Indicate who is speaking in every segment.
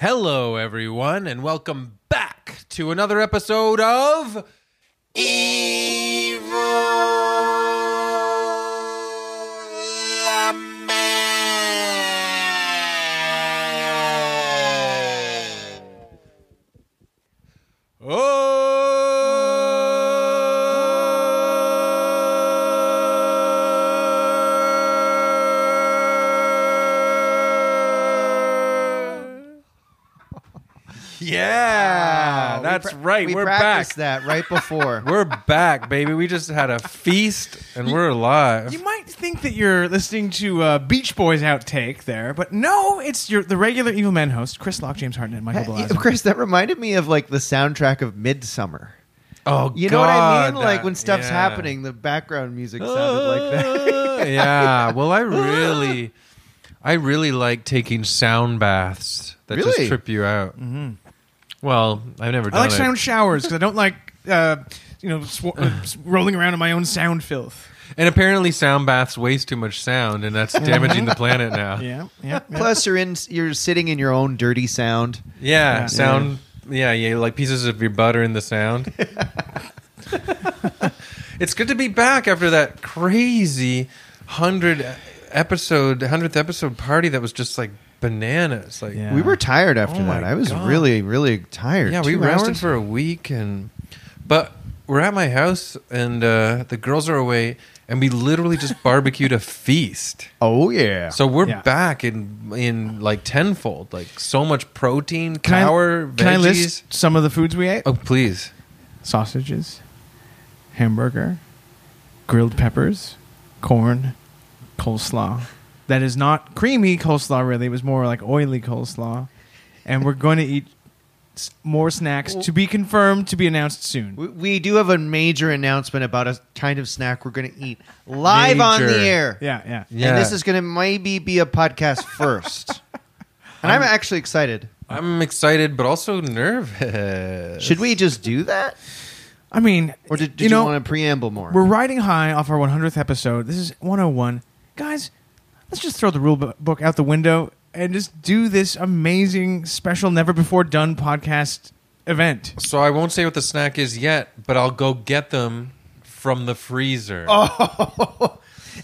Speaker 1: Hello, everyone, and welcome back to another episode of oh, Oh. Yeah,
Speaker 2: Wow. We
Speaker 1: that's
Speaker 2: pra-
Speaker 1: right.
Speaker 2: We
Speaker 1: are back.
Speaker 2: practiced that right before.
Speaker 1: We're back, baby. We just had a feast and we're alive.
Speaker 3: You might think that you're listening to uh, Beach Boys outtake there, but no, it's your the regular Evil Man host, Chris Locke, James Hartnett, and Michael
Speaker 2: Hey,
Speaker 3: Blasio.
Speaker 2: Chris, that reminded me of like the soundtrack of Midsummer.
Speaker 1: oh,
Speaker 2: You know what I mean?
Speaker 1: God,
Speaker 2: Like
Speaker 1: that-
Speaker 2: when stuff's
Speaker 1: yeah. Uh,
Speaker 2: happening, the background music sounded like that.
Speaker 1: yeah. Well, I really, I really like taking sound baths that just
Speaker 2: Really?
Speaker 1: trip you out. Mm-hmm. Well, I've never
Speaker 3: I
Speaker 1: done
Speaker 3: like
Speaker 1: it.
Speaker 3: sound showers because I don't like uh, you know sw- uh, s- rolling around in my own sound filth.
Speaker 1: and apparently, sound baths waste too much sound, and that's damaging the planet now. Yeah,
Speaker 3: Yeah, yeah.
Speaker 1: Ah.
Speaker 3: yeah.
Speaker 2: Plus, you're in, you're sitting in your own dirty sound.
Speaker 3: Yeah.
Speaker 1: sound. Yeah. yeah, like pieces of your butt are in the sound. it's good to be back after that crazy hundred episode, hundredth episode party that was just like bananas. Like,
Speaker 3: Yeah.
Speaker 2: We were tired after
Speaker 1: Oh my
Speaker 2: that. I was
Speaker 1: God.
Speaker 2: really, really tired.
Speaker 1: Yeah, we
Speaker 2: Two
Speaker 1: rested
Speaker 2: hours?
Speaker 1: for a week, and but we're at my house, and uh, the girls are away, and we literally just barbecued a feast.
Speaker 2: Oh yeah.
Speaker 1: So we're
Speaker 3: Yeah.
Speaker 1: back in in like tenfold, like so much protein,
Speaker 3: Can I-
Speaker 1: cower, veggies.
Speaker 3: Can I list some of the foods we ate?
Speaker 1: Oh please!
Speaker 3: Sausages, hamburger, grilled peppers, corn, coleslaw. That is not creamy coleslaw, really. It was more like oily coleslaw. And we're going to eat s- more snacks to be confirmed, to be announced soon.
Speaker 2: we, we do have a major announcement about a kind of snack we're going to eat live on
Speaker 1: Major.
Speaker 2: the air.
Speaker 3: Yeah, yeah.
Speaker 1: Yeah,
Speaker 2: And this is going to maybe be a podcast first. and I'm actually excited.
Speaker 1: I'm excited, but also nervous.
Speaker 2: Should we just do that?
Speaker 3: I mean,
Speaker 2: Or did, did
Speaker 3: you
Speaker 2: you,
Speaker 3: know,
Speaker 2: want to preamble more?
Speaker 3: we're riding high off our 100th episode. This is 101. Guys, let's just throw the rule bu- book out the window and just do this amazing, special, never before done podcast event.
Speaker 1: So I won't say what the snack is yet, but I'll go get them from the freezer.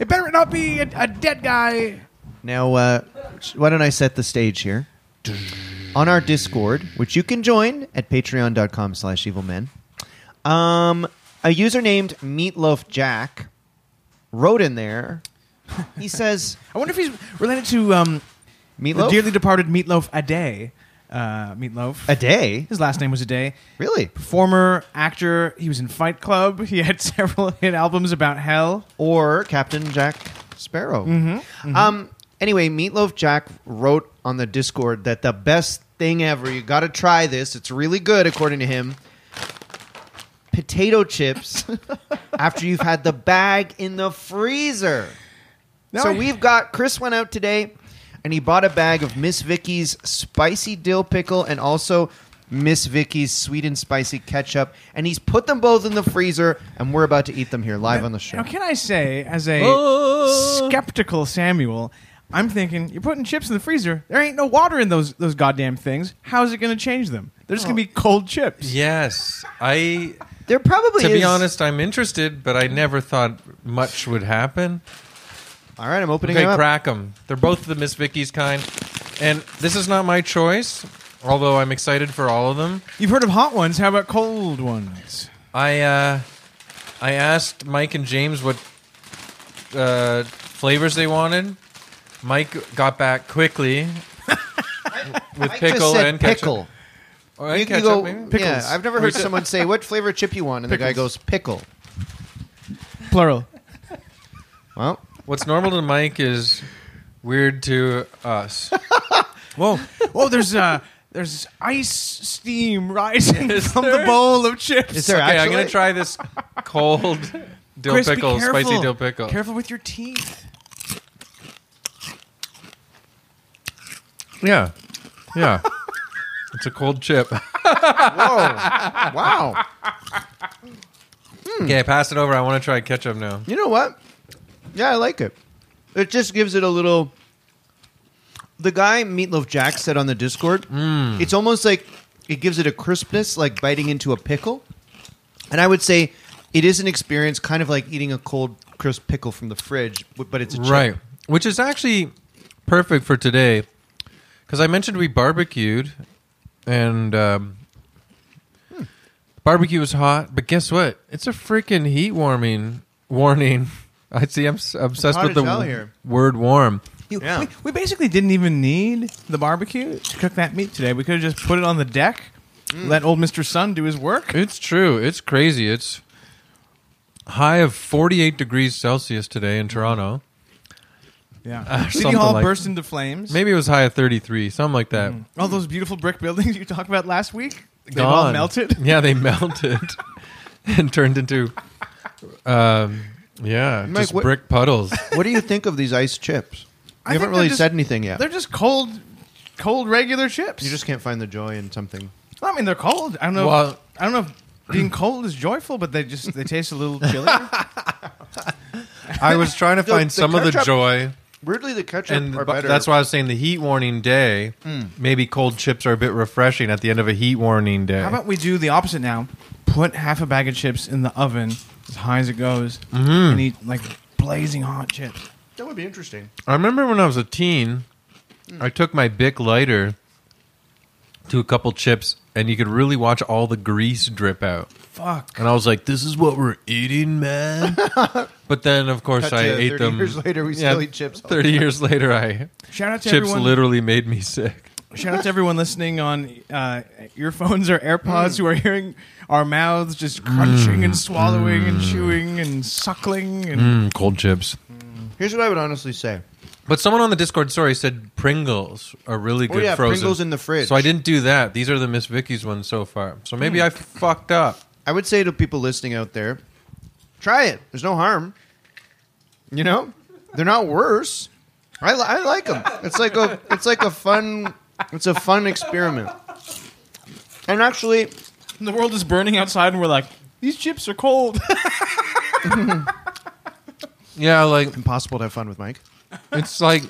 Speaker 3: It better not be a, a dead guy.
Speaker 2: Now, uh, sh- why don't I set the stage here? On our Discord, which you can join at patreon.com slash evilmen, um, a user named Meatloaf Jack wrote in there. He says,
Speaker 3: I wonder if he's related to um, the
Speaker 2: Meatloaf?
Speaker 3: dearly departed Meatloaf Aday. Uh, Meatloaf.
Speaker 2: a day?
Speaker 3: His last name was Aday.
Speaker 2: Really?
Speaker 3: Former actor. He was in Fight Club. He had several hit albums about hell.
Speaker 2: or Captain Jack Sparrow.
Speaker 3: Mm-hmm,
Speaker 2: Um, anyway, Meatloaf Jack wrote on the Discord that the best thing ever, you got to try this. It's really good, according to him. Potato chips after you've had the bag in the freezer.
Speaker 3: No,
Speaker 2: so
Speaker 3: I-
Speaker 2: we've got Chris went out today and he bought a bag of Miss Vicky's spicy dill pickle and also Miss Vicky's sweet and spicy ketchup and he's put them both in the freezer and we're about to eat them here live on the show.
Speaker 3: Now, can I say, as a
Speaker 1: Oh.
Speaker 3: skeptical Samuel, I'm thinking you're putting chips in the freezer. There ain't no water in those those goddamn things. How is it going to change them? They're just going to be cold chips.
Speaker 1: Yes, I.
Speaker 2: There probably
Speaker 1: To
Speaker 2: is.
Speaker 1: be honest, I'm interested, but I never thought much would happen.
Speaker 2: All right, I'm opening
Speaker 1: Okay,
Speaker 2: it up.
Speaker 1: crack them. They're both the Miss Vicky's kind, and this is not my choice. Although I'm excited for all of them,
Speaker 3: You've heard of hot ones. How about cold ones?
Speaker 1: I uh, I asked Mike and James what uh, flavors they wanted. Mike got back quickly with
Speaker 2: I
Speaker 1: pickle
Speaker 2: just said
Speaker 1: and ketchup.
Speaker 2: pickle.
Speaker 1: Or and
Speaker 2: You can
Speaker 1: ketchup,
Speaker 2: go.
Speaker 1: maybe?
Speaker 2: Yeah, I've never heard someone say what flavor chip you want, and the guy
Speaker 3: Pickles.
Speaker 2: goes pickle.
Speaker 3: Plural.
Speaker 2: Well,
Speaker 1: What's normal to Mike is weird to us.
Speaker 3: Whoa! Whoa! There's uh, there's ice steam rising
Speaker 1: Is
Speaker 3: from
Speaker 1: there?
Speaker 3: the bowl of chips.
Speaker 2: is there
Speaker 1: okay, I'm
Speaker 2: actually?
Speaker 1: gonna try this cold dill
Speaker 3: Chris, be
Speaker 1: pickle, spicy
Speaker 3: careful.
Speaker 1: dill pickle.
Speaker 3: Careful with your teeth.
Speaker 1: Yeah, yeah. it's a cold chip.
Speaker 2: Whoa! wow!
Speaker 1: Okay, pass it over. I want to try ketchup now.
Speaker 2: You know what? Yeah, I like it. It just gives it a little. the guy Meatloaf Jack said on the Discord,
Speaker 1: Mm.
Speaker 2: it's almost like it gives it a crispness, like biting into a pickle. And I would say it is an experience, kind of like eating a cold, crisp pickle from the fridge, but but it's a chip.
Speaker 1: Right. Which is actually perfect for today. Because I mentioned we barbecued and um, barbecue was hot. But guess what? It's a freaking heat warming warning. I see I'm s- obsessed
Speaker 2: hot
Speaker 1: with the
Speaker 2: as hell
Speaker 1: w-
Speaker 2: here.
Speaker 1: word warm.
Speaker 3: You-
Speaker 2: Yeah.
Speaker 3: we, we basically didn't even need the barbecue to cook that meat today. We could have just put it on the deck,
Speaker 1: Mm.
Speaker 3: let old Mr. Sun do his work.
Speaker 1: It's true. It's crazy. It's high of 48 degrees Celsius today in Toronto.
Speaker 3: Yeah. City
Speaker 1: something
Speaker 3: Hall
Speaker 1: like-
Speaker 3: burst into flames.
Speaker 1: Maybe it was high of 33, something like that.
Speaker 2: Mm.
Speaker 3: All those beautiful brick buildings you talked about last week, they
Speaker 1: Gone.
Speaker 3: all melted.
Speaker 1: Yeah, they melted and turned into, um, yeah,
Speaker 2: Mike,
Speaker 1: just
Speaker 2: what-
Speaker 1: brick puddles.
Speaker 2: What do you think of these ice chips?
Speaker 3: I
Speaker 2: You haven't
Speaker 3: think
Speaker 2: really
Speaker 3: they're just-
Speaker 2: said anything yet.
Speaker 3: They're just cold, cold regular chips.
Speaker 2: You just can't find the joy in something.
Speaker 3: I mean, they're cold. I don't know.
Speaker 1: Well-
Speaker 3: I don't know if being cold is joyful, but they just they taste a little chilly.
Speaker 1: I was trying to
Speaker 2: No,
Speaker 1: find
Speaker 2: the
Speaker 1: some of the
Speaker 2: ketchup
Speaker 1: joy,
Speaker 2: Weirdly, the ketchup
Speaker 1: and
Speaker 2: are
Speaker 1: bu-
Speaker 2: better.
Speaker 1: that's why I was saying the heat warning day.
Speaker 3: Hmm.
Speaker 1: Maybe cold chips are a bit refreshing at the end of a heat warning day.
Speaker 3: How about we do the opposite now? Put half a bag of chips in the oven as high as it goes, and eat like blazing hot chips.
Speaker 2: that would be interesting.
Speaker 1: I remember when I was a teen, I took my Bic lighter to a couple chips, and you could really watch all the grease drip out.
Speaker 3: Fuck.
Speaker 1: And I was like, "This is what we're eating, man." but then, of course,
Speaker 2: Cut
Speaker 1: I
Speaker 2: to
Speaker 1: ate
Speaker 2: 30
Speaker 1: them.
Speaker 2: years later, we still eat chips.
Speaker 1: Thirty years later, I
Speaker 3: Shout out to
Speaker 1: chips
Speaker 3: everyone.
Speaker 1: literally made me sick.
Speaker 3: Shout out to everyone listening on uh, earphones or AirPods who are hearing our mouths just crunching and swallowing and chewing and suckling and
Speaker 1: Mm, cold chips.
Speaker 2: Here's what I would honestly say.
Speaker 1: But someone on the Discord story said Pringles are really
Speaker 2: Oh,
Speaker 1: good
Speaker 2: yeah,
Speaker 1: frozen.
Speaker 2: Pringles in the fridge. Hmm.
Speaker 1: So I didn't do that. These are the Miss Vicky's ones so far. So maybe I fucked up.
Speaker 2: I would say to people listening out there, try it. There's no harm. You know, they're not worse. I, li- I like them. It's like a it's like a fun it's a fun experiment. And actually,
Speaker 3: the world is burning outside, and we're like, these chips are cold.
Speaker 1: Yeah, like
Speaker 2: impossible to have fun with Mike.
Speaker 1: it's like.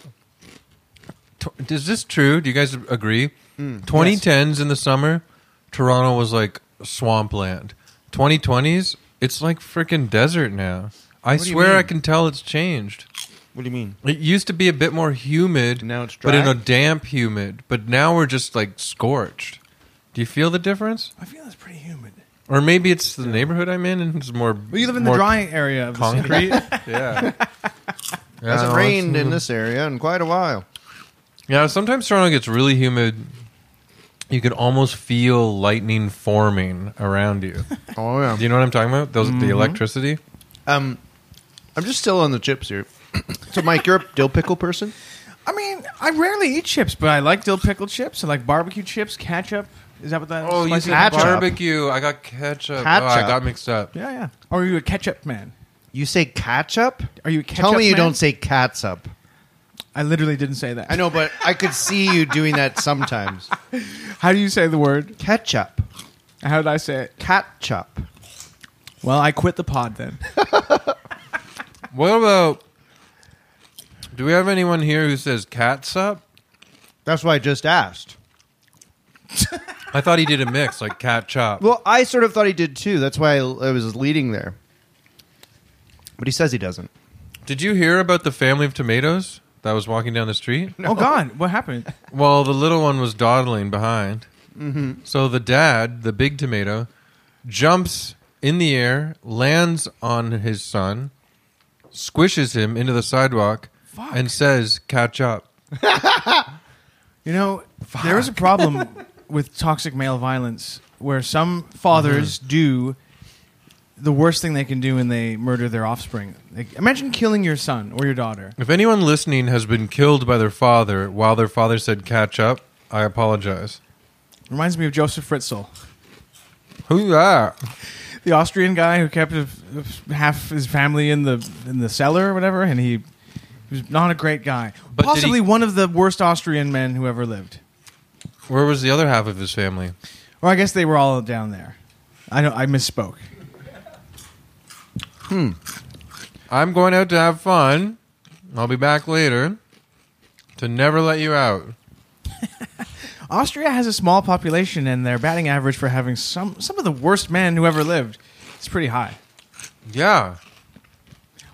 Speaker 1: Tw- is this true? Do you guys agree? 2010s in the summer, Toronto was like swampland. 2020s, it's like freaking desert now. I
Speaker 2: do you
Speaker 1: swear I
Speaker 2: mean?
Speaker 1: can tell it's changed.
Speaker 2: What do you mean?
Speaker 1: It used to be a bit more humid.
Speaker 2: Now it's
Speaker 1: But in
Speaker 2: dry?
Speaker 1: a damp humid. But now we're just like scorched. Do you feel the difference?
Speaker 3: I feel it's pretty humid.
Speaker 1: Or maybe it's the neighborhood I'm in and it's more.
Speaker 3: Well, you live in the
Speaker 1: more
Speaker 3: dry area of the city.
Speaker 1: concrete. yeah.
Speaker 2: Hasn't
Speaker 1: Yeah,
Speaker 2: rained
Speaker 1: it's-
Speaker 2: in this area in quite a while.
Speaker 1: Yeah, sometimes Toronto gets really humid. You could almost feel lightning forming around you.
Speaker 2: Oh yeah.
Speaker 1: Do you know what I'm talking about? Those
Speaker 2: Mm-hmm.
Speaker 1: the electricity.
Speaker 2: Um, I'm just still on the chips here. so Mike, you're a dill pickle person.
Speaker 3: I mean, I rarely eat chips, but I like dill pickle chips. I like barbecue chips, ketchup. Is that what that?
Speaker 1: Oh, you
Speaker 3: spicy
Speaker 1: said
Speaker 2: ketchup.
Speaker 1: barbecue. I got ketchup. Oh, I
Speaker 2: Ketchup.
Speaker 1: got mixed up.
Speaker 3: Yeah, yeah. Or are you a ketchup man?
Speaker 2: You say ketchup?
Speaker 3: Are you a ketchup
Speaker 2: Tell me you
Speaker 3: man?
Speaker 2: don't say cats up.
Speaker 3: I literally didn't say that.
Speaker 2: I know, but I could see you doing that sometimes.
Speaker 3: How do you say the word?
Speaker 2: Ketchup.
Speaker 3: How did I say it?
Speaker 2: Ketchup.
Speaker 3: Well, I quit the pod then.
Speaker 1: What about? Do we have anyone here who says cats up?
Speaker 2: That's why I just asked.
Speaker 1: I thought he did a mix like cat chop.
Speaker 2: Well, I sort of thought he did too. That's why I, I was leading there. But he says he doesn't.
Speaker 1: Did you hear about the family of tomatoes that was walking down the street?
Speaker 3: Oh God, what happened?
Speaker 1: Well, the little one was dawdling behind. So the dad, the big tomato, jumps in the air, lands on his son, squishes him into the sidewalk,
Speaker 3: Fuck.
Speaker 1: and says, "Catch up."
Speaker 3: You know, there is a problem with toxic male violence where some fathers
Speaker 2: Mm-hmm.
Speaker 3: do the worst thing they can do when they murder their offspring. Like, imagine killing your son or your daughter.
Speaker 1: If anyone listening has been killed by their father while their father said "catch up," I apologize.
Speaker 3: Reminds me of Joseph Fritzl,
Speaker 1: Who that?
Speaker 3: the Austrian guy who kept a, half his family in the in the cellar or whatever, and he, he was not a great guy.
Speaker 1: But did
Speaker 3: Possibly
Speaker 1: he-
Speaker 3: one of the worst Austrian men who ever lived.
Speaker 1: Where was the other half of his family?
Speaker 3: Or I guess they were all down there. I don't. I misspoke.
Speaker 1: I'm going out to have fun. I'll be back later. to never let you out.
Speaker 3: Austria has a small population, and their batting average for having some some of the worst men who ever lived is pretty high.
Speaker 1: Yeah.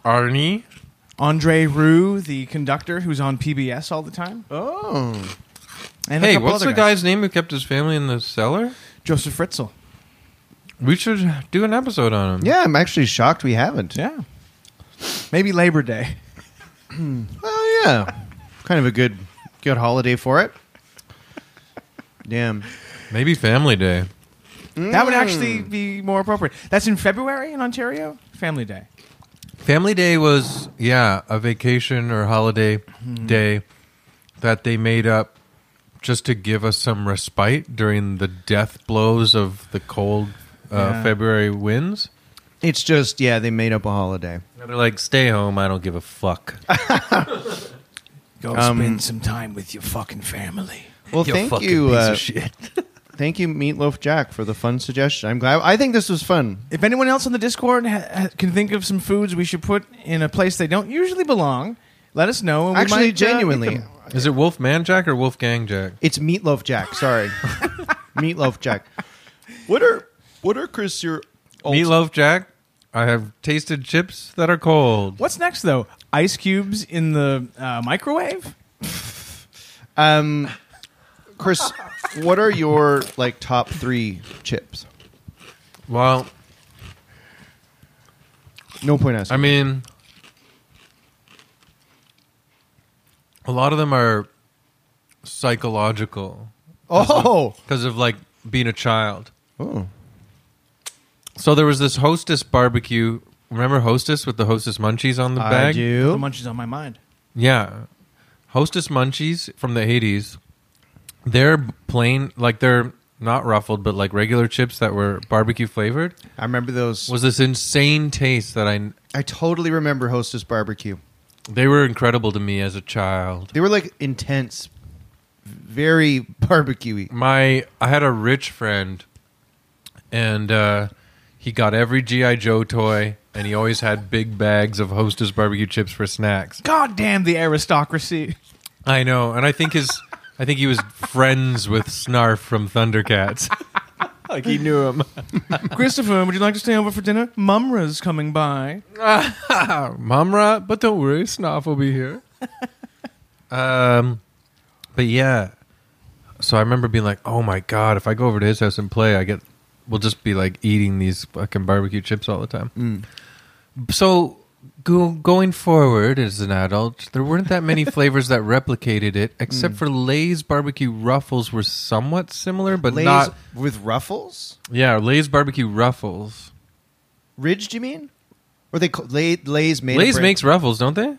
Speaker 1: Arnie?
Speaker 3: Andre Rue, the conductor who's on PBS all the time.
Speaker 2: Oh.
Speaker 3: And a
Speaker 1: Hey,
Speaker 3: couple
Speaker 1: what's the
Speaker 3: other guys.
Speaker 1: guy's name who kept his family in the cellar?
Speaker 3: Joseph Fritzl.
Speaker 1: We should do an episode on him.
Speaker 2: Yeah, I'm actually shocked we haven't.
Speaker 3: Yeah. Maybe Labor Day.
Speaker 2: Well, yeah. kind of a good good holiday for it. Damn.
Speaker 1: Maybe Family Day.
Speaker 3: That would actually be more appropriate. That's in February in Ontario? Family Day.
Speaker 1: Family Day was, yeah, a vacation or holiday day that they made up just to give us some respite during the death blows of the cold uh,
Speaker 3: Yeah.
Speaker 1: February winds.
Speaker 2: It's just yeah, they made up a holiday.
Speaker 1: Now they're like, stay home, I don't give a fuck.
Speaker 3: Go
Speaker 2: Um,
Speaker 3: spend some time with your fucking family.
Speaker 2: Well, thank you, uh,
Speaker 1: shit.
Speaker 2: thank you, Meatloaf Jack, for the fun suggestion. I'm glad. I think this was fun.
Speaker 3: If anyone else on the Discord ha- ha- can think of some foods we should put in a place they don't usually belong, let us know. and we
Speaker 2: Actually,
Speaker 3: might, uh, eat
Speaker 2: genuinely,
Speaker 3: them.
Speaker 1: Is it Wolf Man Jack or Wolf Gang Jack?
Speaker 2: it's Meatloaf Jack. Sorry, Meatloaf Jack. What are what are Chris your
Speaker 1: Meatloaf Jack, I have tasted chips that are cold.
Speaker 3: What's next, though? Ice cubes in the uh, microwave?
Speaker 2: um Chris? what are your like top three chips?
Speaker 1: Well,
Speaker 2: No point
Speaker 1: I
Speaker 2: asking.
Speaker 1: mean, a lot of them are psychological
Speaker 2: oh,
Speaker 1: because of like being a child.
Speaker 2: oh,
Speaker 1: So there was this Hostess barbecue. Remember Hostess with the Hostess munchies on the
Speaker 2: I
Speaker 1: bag?
Speaker 3: The
Speaker 2: do.
Speaker 3: munchies on my mind.
Speaker 1: Yeah. Hostess munchies from the 80s. They're plain, like they're not ruffled, but like regular chips that were barbecue flavored.
Speaker 2: I remember those.
Speaker 1: Was this insane taste that I.
Speaker 2: I totally remember Hostess Barbecue.
Speaker 1: They were incredible to me as a child.
Speaker 2: They were like intense, very barbecuey.
Speaker 1: my I had a rich friend, and uh, he got every GI Joe toy, and he always had big bags of Hostess barbecue chips for snacks.
Speaker 3: God damn the aristocracy.
Speaker 1: I know, and I think his I think he was friends with Snarf from Thundercats. like he knew him.
Speaker 3: Christopher, would you like to stay over for dinner? Mumra's coming by.
Speaker 1: Mumra, Ah, but don't worry, Snarf will be here. um, but yeah. So I remember being like, "Oh my god, if I go over to his house and play, I get we'll just be like eating these fucking barbecue chips all the time."
Speaker 2: Mm.
Speaker 1: So go, going forward as an adult, there weren't that many flavors that replicated it, except
Speaker 2: Mm.
Speaker 1: for Lay's barbecue ruffles were somewhat similar, but
Speaker 2: Lay's
Speaker 1: not.
Speaker 2: with ruffles.
Speaker 1: Yeah, Lay's barbecue ruffles.
Speaker 2: Ridged, you mean? Or they ca- Lay, Lay's made. a
Speaker 1: Lay's
Speaker 2: brand-
Speaker 1: makes ruffles, don't they?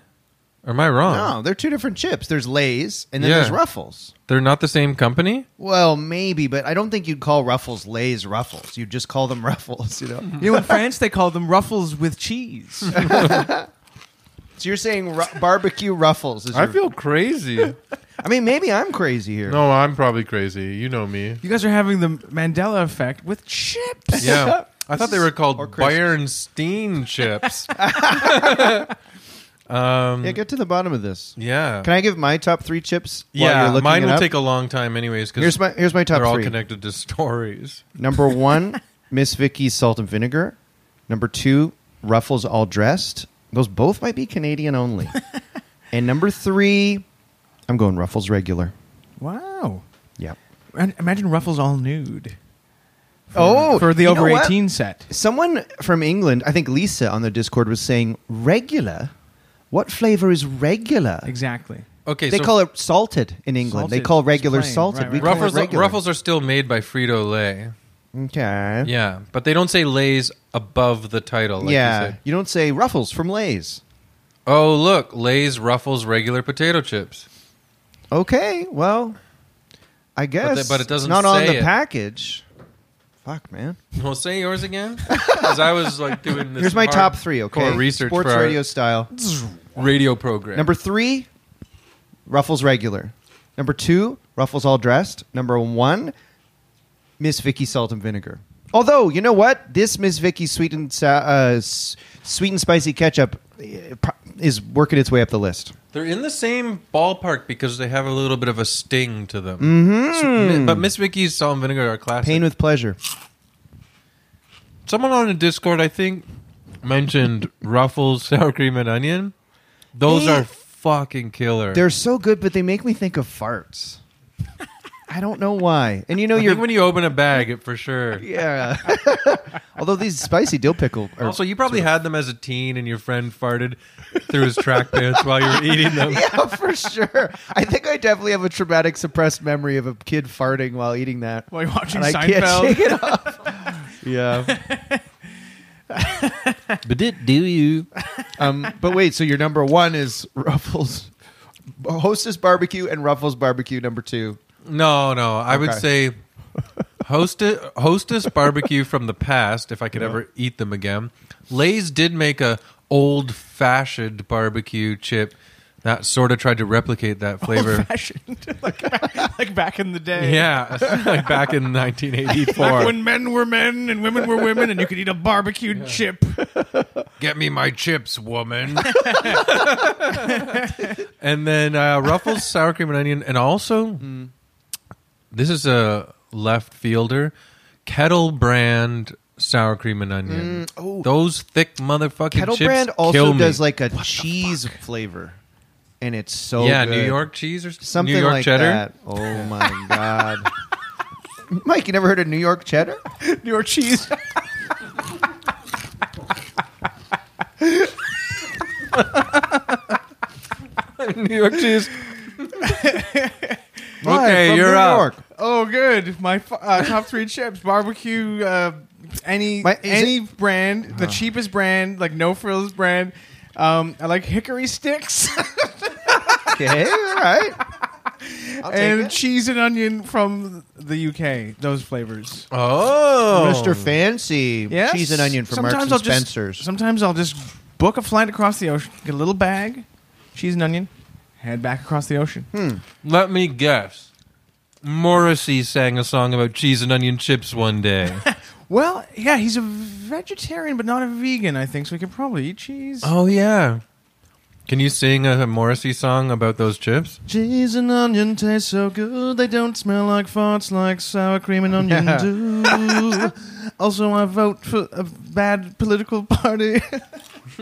Speaker 1: Or am I wrong?
Speaker 2: No, they're two different chips. There's Lay's and then
Speaker 1: Yeah.
Speaker 2: there's Ruffles.
Speaker 1: They're not the same company.
Speaker 2: Well, maybe, but I don't think you'd call Ruffles Lay's Ruffles. You'd just call them Ruffles, you
Speaker 1: Mm-hmm.
Speaker 2: know.
Speaker 3: You know, in France, they call them ruffles with cheese.
Speaker 2: so you're saying ru- barbecue Ruffles is
Speaker 1: I
Speaker 2: your-
Speaker 1: feel crazy.
Speaker 2: I mean, maybe I'm crazy here.
Speaker 1: no, I'm probably crazy. You know me.
Speaker 3: you guys are having the Mandela effect with chips.
Speaker 1: Yeah. I thought they were called
Speaker 2: Or Christmas.
Speaker 1: Bayernstein chips.
Speaker 2: Yeah, get to the bottom of this.
Speaker 1: um, Yeah.
Speaker 2: Can I give my top three chips? While you're
Speaker 1: yeah,
Speaker 2: looking
Speaker 1: mine
Speaker 2: it
Speaker 1: will
Speaker 2: up?
Speaker 1: take a long time, anyways, because
Speaker 2: Here's my here's my
Speaker 1: they're
Speaker 2: top
Speaker 1: all
Speaker 2: three.
Speaker 1: connected to stories.
Speaker 2: Number one, Miss Vicky's salt and vinegar. Number two, Ruffles all dressed. Those both might be Canadian only. and number three, I'm going Ruffles regular.
Speaker 3: Wow.
Speaker 2: Yep.
Speaker 3: And Imagine ruffles all nude.
Speaker 2: Oh,
Speaker 3: for the
Speaker 2: you know
Speaker 3: over
Speaker 2: what?
Speaker 3: 18 set.
Speaker 2: Someone from England, I think Lisa on the Discord was saying regular. What flavor is regular?
Speaker 3: Exactly.
Speaker 1: Okay,
Speaker 2: They
Speaker 1: so
Speaker 2: call it salted in England. they
Speaker 3: Salted,
Speaker 2: call
Speaker 3: just
Speaker 2: regular
Speaker 3: plain,
Speaker 2: salted.
Speaker 3: right,
Speaker 2: We
Speaker 3: right,
Speaker 2: call it
Speaker 1: ruffles. uh,
Speaker 2: regular.
Speaker 1: Ruffles are still made by Frito Lay.
Speaker 2: Okay.
Speaker 1: Yeah, but they don't say Lay's above the title. Like
Speaker 2: yeah.
Speaker 1: You
Speaker 2: You,
Speaker 1: said.
Speaker 2: don't say Ruffles from Lay's.
Speaker 1: Oh, look, Lay's Ruffles regular potato chips.
Speaker 2: Okay. Well, I guess.
Speaker 1: the- but it
Speaker 2: it's
Speaker 1: doesn't
Speaker 2: not on
Speaker 1: say
Speaker 2: the
Speaker 1: it.
Speaker 2: package. Fuck, man.
Speaker 1: Well, say yours again, because I was like doing this.
Speaker 2: Here's my
Speaker 1: hard
Speaker 2: top three. Okay.
Speaker 1: core research
Speaker 2: Sports
Speaker 1: for our
Speaker 2: radio style.
Speaker 1: radio program.
Speaker 2: Number three, Ruffles regular. Number two, Ruffles all dressed. Number one, Miss Vicky salt and vinegar. Although you know what, this Miss Vicky sweet and sa- uh, s- sweet and spicy ketchup eh, pro- is working its way up the list.
Speaker 1: They're in the same ballpark because they have a little bit of a sting to them.
Speaker 2: Mhm.
Speaker 1: So- but Miss Vicky's salt and vinegar are classic.
Speaker 2: Pain with pleasure.
Speaker 1: Someone on the Discord, I think, mentioned Ruffles sour cream and onion. Those
Speaker 2: Yeah.
Speaker 1: are fucking killer.
Speaker 2: They're so good, but they make me think of farts. I don't know why. And you know
Speaker 1: I
Speaker 2: you're
Speaker 1: think when you open a bag, it for sure.
Speaker 2: yeah. Although these spicy dill pickle are
Speaker 1: Also, you probably had them as a teen, and your friend farted through his track pants while you were eating them.
Speaker 2: yeah, for sure. I think I definitely have a traumatic suppressed memory of a kid farting while eating that.
Speaker 3: While you're watching
Speaker 2: And I can't
Speaker 3: Seinfeld.
Speaker 2: shake it off. yeah.
Speaker 1: But it do you?
Speaker 2: Um, but wait, so your number one is Ruffles, Hostess Barbecue, and Ruffles Barbecue number two.
Speaker 1: No, no. I would
Speaker 2: Okay.
Speaker 1: say hostess, hostess barbecue from the past, if I could ever eat them again. Lay's did make a old fashioned barbecue chip that sort of tried to replicate that flavor.
Speaker 3: Old-fashioned, like, back- like back in the day.
Speaker 1: Yeah, like back in 1984.
Speaker 3: Back when men were men and women were women, and you could eat a barbecued chip.
Speaker 1: Get me my chips, woman. and then uh, Ruffles sour cream and onion, and also this is a left fielder, Kettle Brand sour cream and onion.
Speaker 2: oh.
Speaker 1: Those thick motherfucking
Speaker 2: Kettle
Speaker 1: chips
Speaker 2: Brand
Speaker 1: kill
Speaker 2: also
Speaker 1: me.
Speaker 2: does like a cheese flavor, and it's so
Speaker 1: yeah,
Speaker 2: good.
Speaker 1: New York cheese or
Speaker 2: something
Speaker 1: New York
Speaker 2: like
Speaker 1: cheddar.
Speaker 2: that. Oh my god, Mike, you never heard of New York cheddar?
Speaker 3: Your cheese.
Speaker 1: New York cheese.
Speaker 2: Live
Speaker 1: Okay,
Speaker 2: from
Speaker 1: you're
Speaker 2: New
Speaker 1: up.
Speaker 2: York.
Speaker 3: Oh, good. My f- uh, top three chips: barbecue, uh, any
Speaker 2: My- is Ah.
Speaker 3: any brand, the cheapest brand, like no frills brand. Um, I like hickory sticks
Speaker 2: Okay, all right. I'll take
Speaker 3: and
Speaker 2: it.
Speaker 3: cheese and onion from the UK. Those flavors.
Speaker 1: Oh,
Speaker 2: Mr. Fancy
Speaker 3: Yes.
Speaker 2: cheese and onion from Marks
Speaker 3: I'll
Speaker 2: and Spencers.
Speaker 3: Just, sometimes I'll just book a flight across the ocean, get a little bag, cheese and onion, head back across the ocean.
Speaker 2: Hmm.
Speaker 1: Let me guess. Morrissey sang a song about cheese and onion chips one day.
Speaker 3: Well, yeah, he's a vegetarian, but not a vegan, I think, so he can probably eat cheese.
Speaker 1: Oh yeah. Can you sing a Morrissey song about those chips?
Speaker 3: Cheese and onion taste so good, they don't smell like farts like sour cream and onion
Speaker 2: Yeah.
Speaker 3: do. also, I vote for a bad political party.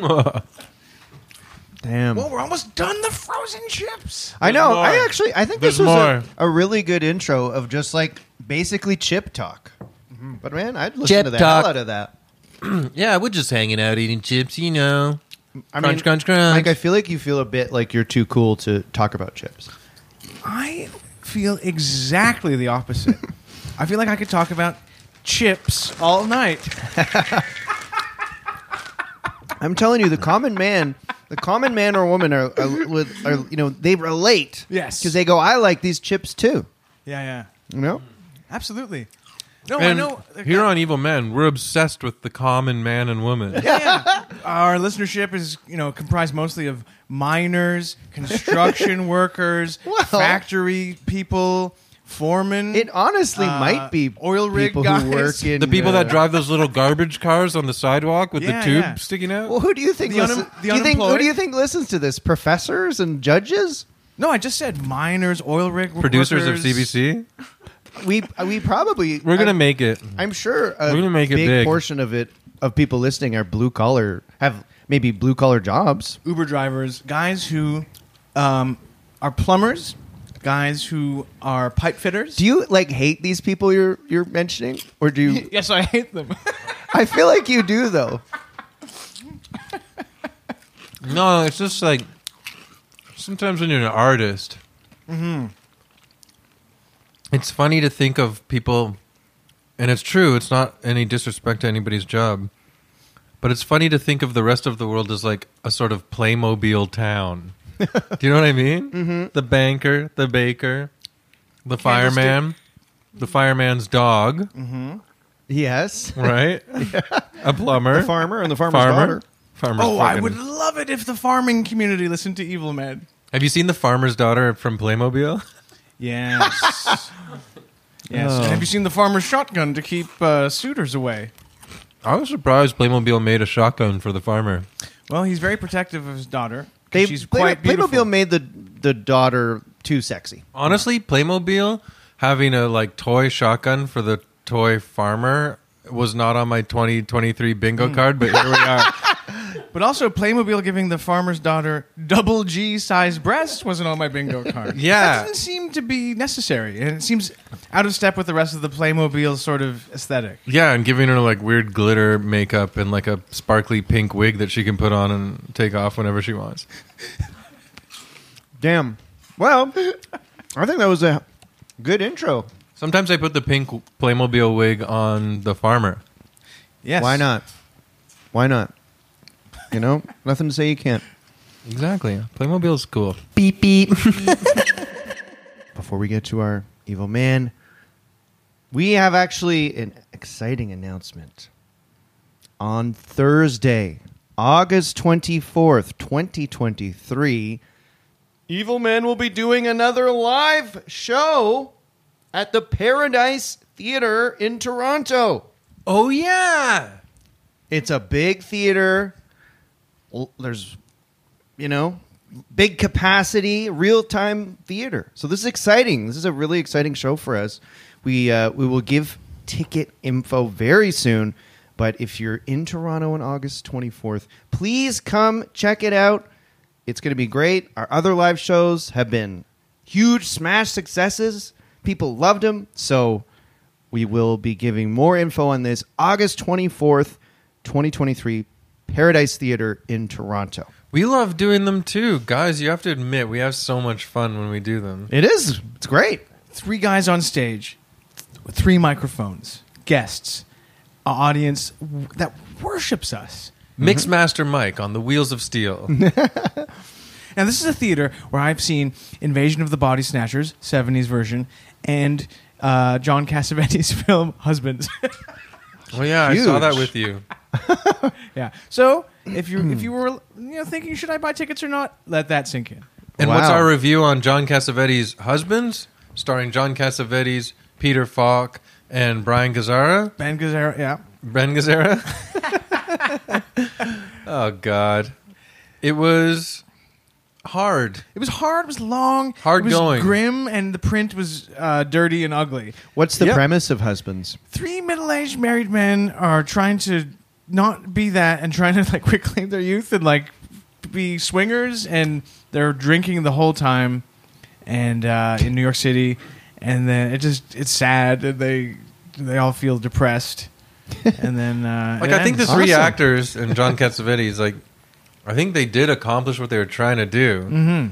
Speaker 2: Damn.
Speaker 3: well, we're almost done the frozen chips.
Speaker 2: I know.
Speaker 1: There's
Speaker 2: I
Speaker 1: more.
Speaker 2: actually I think this
Speaker 1: There's
Speaker 2: was
Speaker 1: more.
Speaker 2: a, a really good intro of just like basically chip talk.
Speaker 3: Mm-hmm.
Speaker 2: But man, I'd listen
Speaker 1: Chip
Speaker 2: to the
Speaker 1: talk.
Speaker 2: hell out of that.
Speaker 1: yeah, we're just hanging out eating chips, you know.
Speaker 2: I
Speaker 1: crunch,
Speaker 2: mean,
Speaker 1: crunch, crunch.
Speaker 2: Mike, I feel like you feel a bit like you're too cool to talk about chips.
Speaker 3: I feel exactly the opposite. I feel like I could talk about chips all night.
Speaker 2: I'm telling you, the common man, the common man or woman are, are, with, are you know they relate.
Speaker 3: Yes.
Speaker 2: because they go, I like these chips too.
Speaker 3: Yeah, yeah.
Speaker 2: You know,
Speaker 3: Mm-hmm. Absolutely. No,
Speaker 1: and
Speaker 3: I know.
Speaker 1: here on Evil Men, we're obsessed with the common man and woman.
Speaker 3: yeah. Our listenership is, you know, comprised mostly of miners, construction workers,
Speaker 2: Well-
Speaker 3: factory people, foremen.
Speaker 2: it honestly
Speaker 3: Uh,
Speaker 2: might be
Speaker 3: oil rig
Speaker 2: people
Speaker 3: guys.
Speaker 2: who work in
Speaker 1: The people
Speaker 2: uh,
Speaker 1: that drive those little garbage cars on the sidewalk with
Speaker 3: Yeah,
Speaker 1: the tube
Speaker 3: yeah.
Speaker 1: sticking out.
Speaker 2: Well, who do you think?
Speaker 3: The unem-
Speaker 2: listen-
Speaker 3: the
Speaker 2: do you think who
Speaker 3: unemployed?
Speaker 2: do you think listens to this? Professors and judges?
Speaker 3: no, I just said miners, oil rig
Speaker 1: Producers of
Speaker 3: workers.
Speaker 1: CBC,
Speaker 2: We we probably
Speaker 1: we're gonna
Speaker 2: I'm,
Speaker 1: make it.
Speaker 2: I'm sure a
Speaker 1: we're gonna make it
Speaker 2: big,
Speaker 1: big.
Speaker 2: portion of it of people listening are blue collar have maybe blue collar jobs.
Speaker 3: Uber drivers, guys who um, are plumbers, guys who are pipe fitters.
Speaker 2: Do you like hate these people you're you're mentioning, or do you?
Speaker 3: yes, I hate them.
Speaker 2: I feel like you do though.
Speaker 1: No, it's just like sometimes when you're an artist, it's funny to think of people, and it's true, it's not any disrespect to anybody's job, but it's funny to think of the rest of the world as like a sort of Playmobil town. Do you know what I mean? Mm-hmm. The banker, the baker, the fireman, the fireman's dog,
Speaker 2: Yes,
Speaker 1: right? A plumber,
Speaker 2: the farmer and the farmer's
Speaker 1: farmer.
Speaker 2: daughter.
Speaker 1: Farmer's
Speaker 3: oh, I
Speaker 1: fucking-
Speaker 3: would love it if the farming community listened to Evil Med.
Speaker 1: Have you seen the farmer's daughter from Playmobil?
Speaker 3: Yes. yes.
Speaker 2: Oh.
Speaker 3: And have you seen the farmer's shotgun to keep uh, suitors away?
Speaker 1: I was surprised Playmobil made a shotgun for the farmer.
Speaker 3: Well, he's very protective of his daughter.
Speaker 2: They,
Speaker 3: she's
Speaker 2: Play-
Speaker 3: quite beautiful.
Speaker 2: Playmobil made the the daughter too sexy.
Speaker 1: Honestly, Playmobil having a like toy shotgun for the toy farmer was not on my 2023
Speaker 3: Hmm.
Speaker 1: bingo card, but here we are.
Speaker 3: But also, Playmobil giving the farmer's daughter double G size breasts wasn't on my bingo card.
Speaker 1: Yeah.
Speaker 3: That doesn't seem to be necessary. And it seems out of step with the rest of the Playmobil sort of aesthetic.
Speaker 1: Yeah, and giving her like weird glitter makeup and like a sparkly pink wig that she can put on and take off whenever she wants.
Speaker 2: Damn. Well, I think that was a good intro.
Speaker 1: Sometimes I put the pink Playmobil wig on the farmer.
Speaker 3: Yes.
Speaker 2: Why not? Why not? You know, nothing to say you can't.
Speaker 1: Exactly. Playmobil's cool.
Speaker 2: Beep beep. Before we get to our evil man, we have actually an exciting announcement. On Thursday, August 24th, 2023, Evil Man will be doing another live show at the Paradise Theater in Toronto.
Speaker 1: Oh yeah.
Speaker 2: It's a big theater. L- There's, you know, big capacity, real time theater. So this is exciting. This is a really exciting show for us. We uh, we will give ticket info very soon. But if you're in Toronto on August 24th, please come check it out. It's going to be great. Our other live shows have been huge smash successes. People loved them. So we will be giving more info on this August 24th, 2023, Paradise Theater in Toronto.
Speaker 1: We love doing them too. Guys, you have to admit we have so much fun when we do them.
Speaker 2: It is. It's great.
Speaker 3: Three guys on stage, th- three microphones, guests, an audience w- that worships us.
Speaker 1: Mixmaster Mike on the wheels of steel.
Speaker 3: Now, this is a theater where I've seen Invasion of the Body Snatchers, 70s version, and uh, John Cassavetes' film Husbands.
Speaker 1: Oh yeah, I saw
Speaker 2: Huge.
Speaker 1: that with you.
Speaker 3: Yeah. So if you if you were you know thinking should I buy tickets or not, let that sink in.
Speaker 1: And what's
Speaker 2: Wow.
Speaker 1: our review on John Cassavetes' Husbands, starring John Cassavetes, Peter Falk, and Brian Gazzara?
Speaker 3: Ben Gazzara, yeah.
Speaker 1: Ben Gazzara? oh God, it was hard.
Speaker 3: It was hard. It was long.
Speaker 1: Hard
Speaker 3: it was
Speaker 1: going.
Speaker 3: Grim, and the print was uh, dirty and ugly.
Speaker 2: What's the
Speaker 1: Yep.
Speaker 2: premise of Husbands?
Speaker 3: Three middle-aged married men are trying to not be that and trying to like reclaim their youth and like be swingers, and they're drinking the whole time, and uh, in New York City, and then it just it's sad, and they they all feel depressed, and then uh,
Speaker 1: Like
Speaker 3: it
Speaker 1: I think the
Speaker 3: ends.
Speaker 1: three
Speaker 2: Awesome.
Speaker 1: actors and John Cassavetes, like I think they did accomplish what they were trying to do,
Speaker 2: Mm-hmm.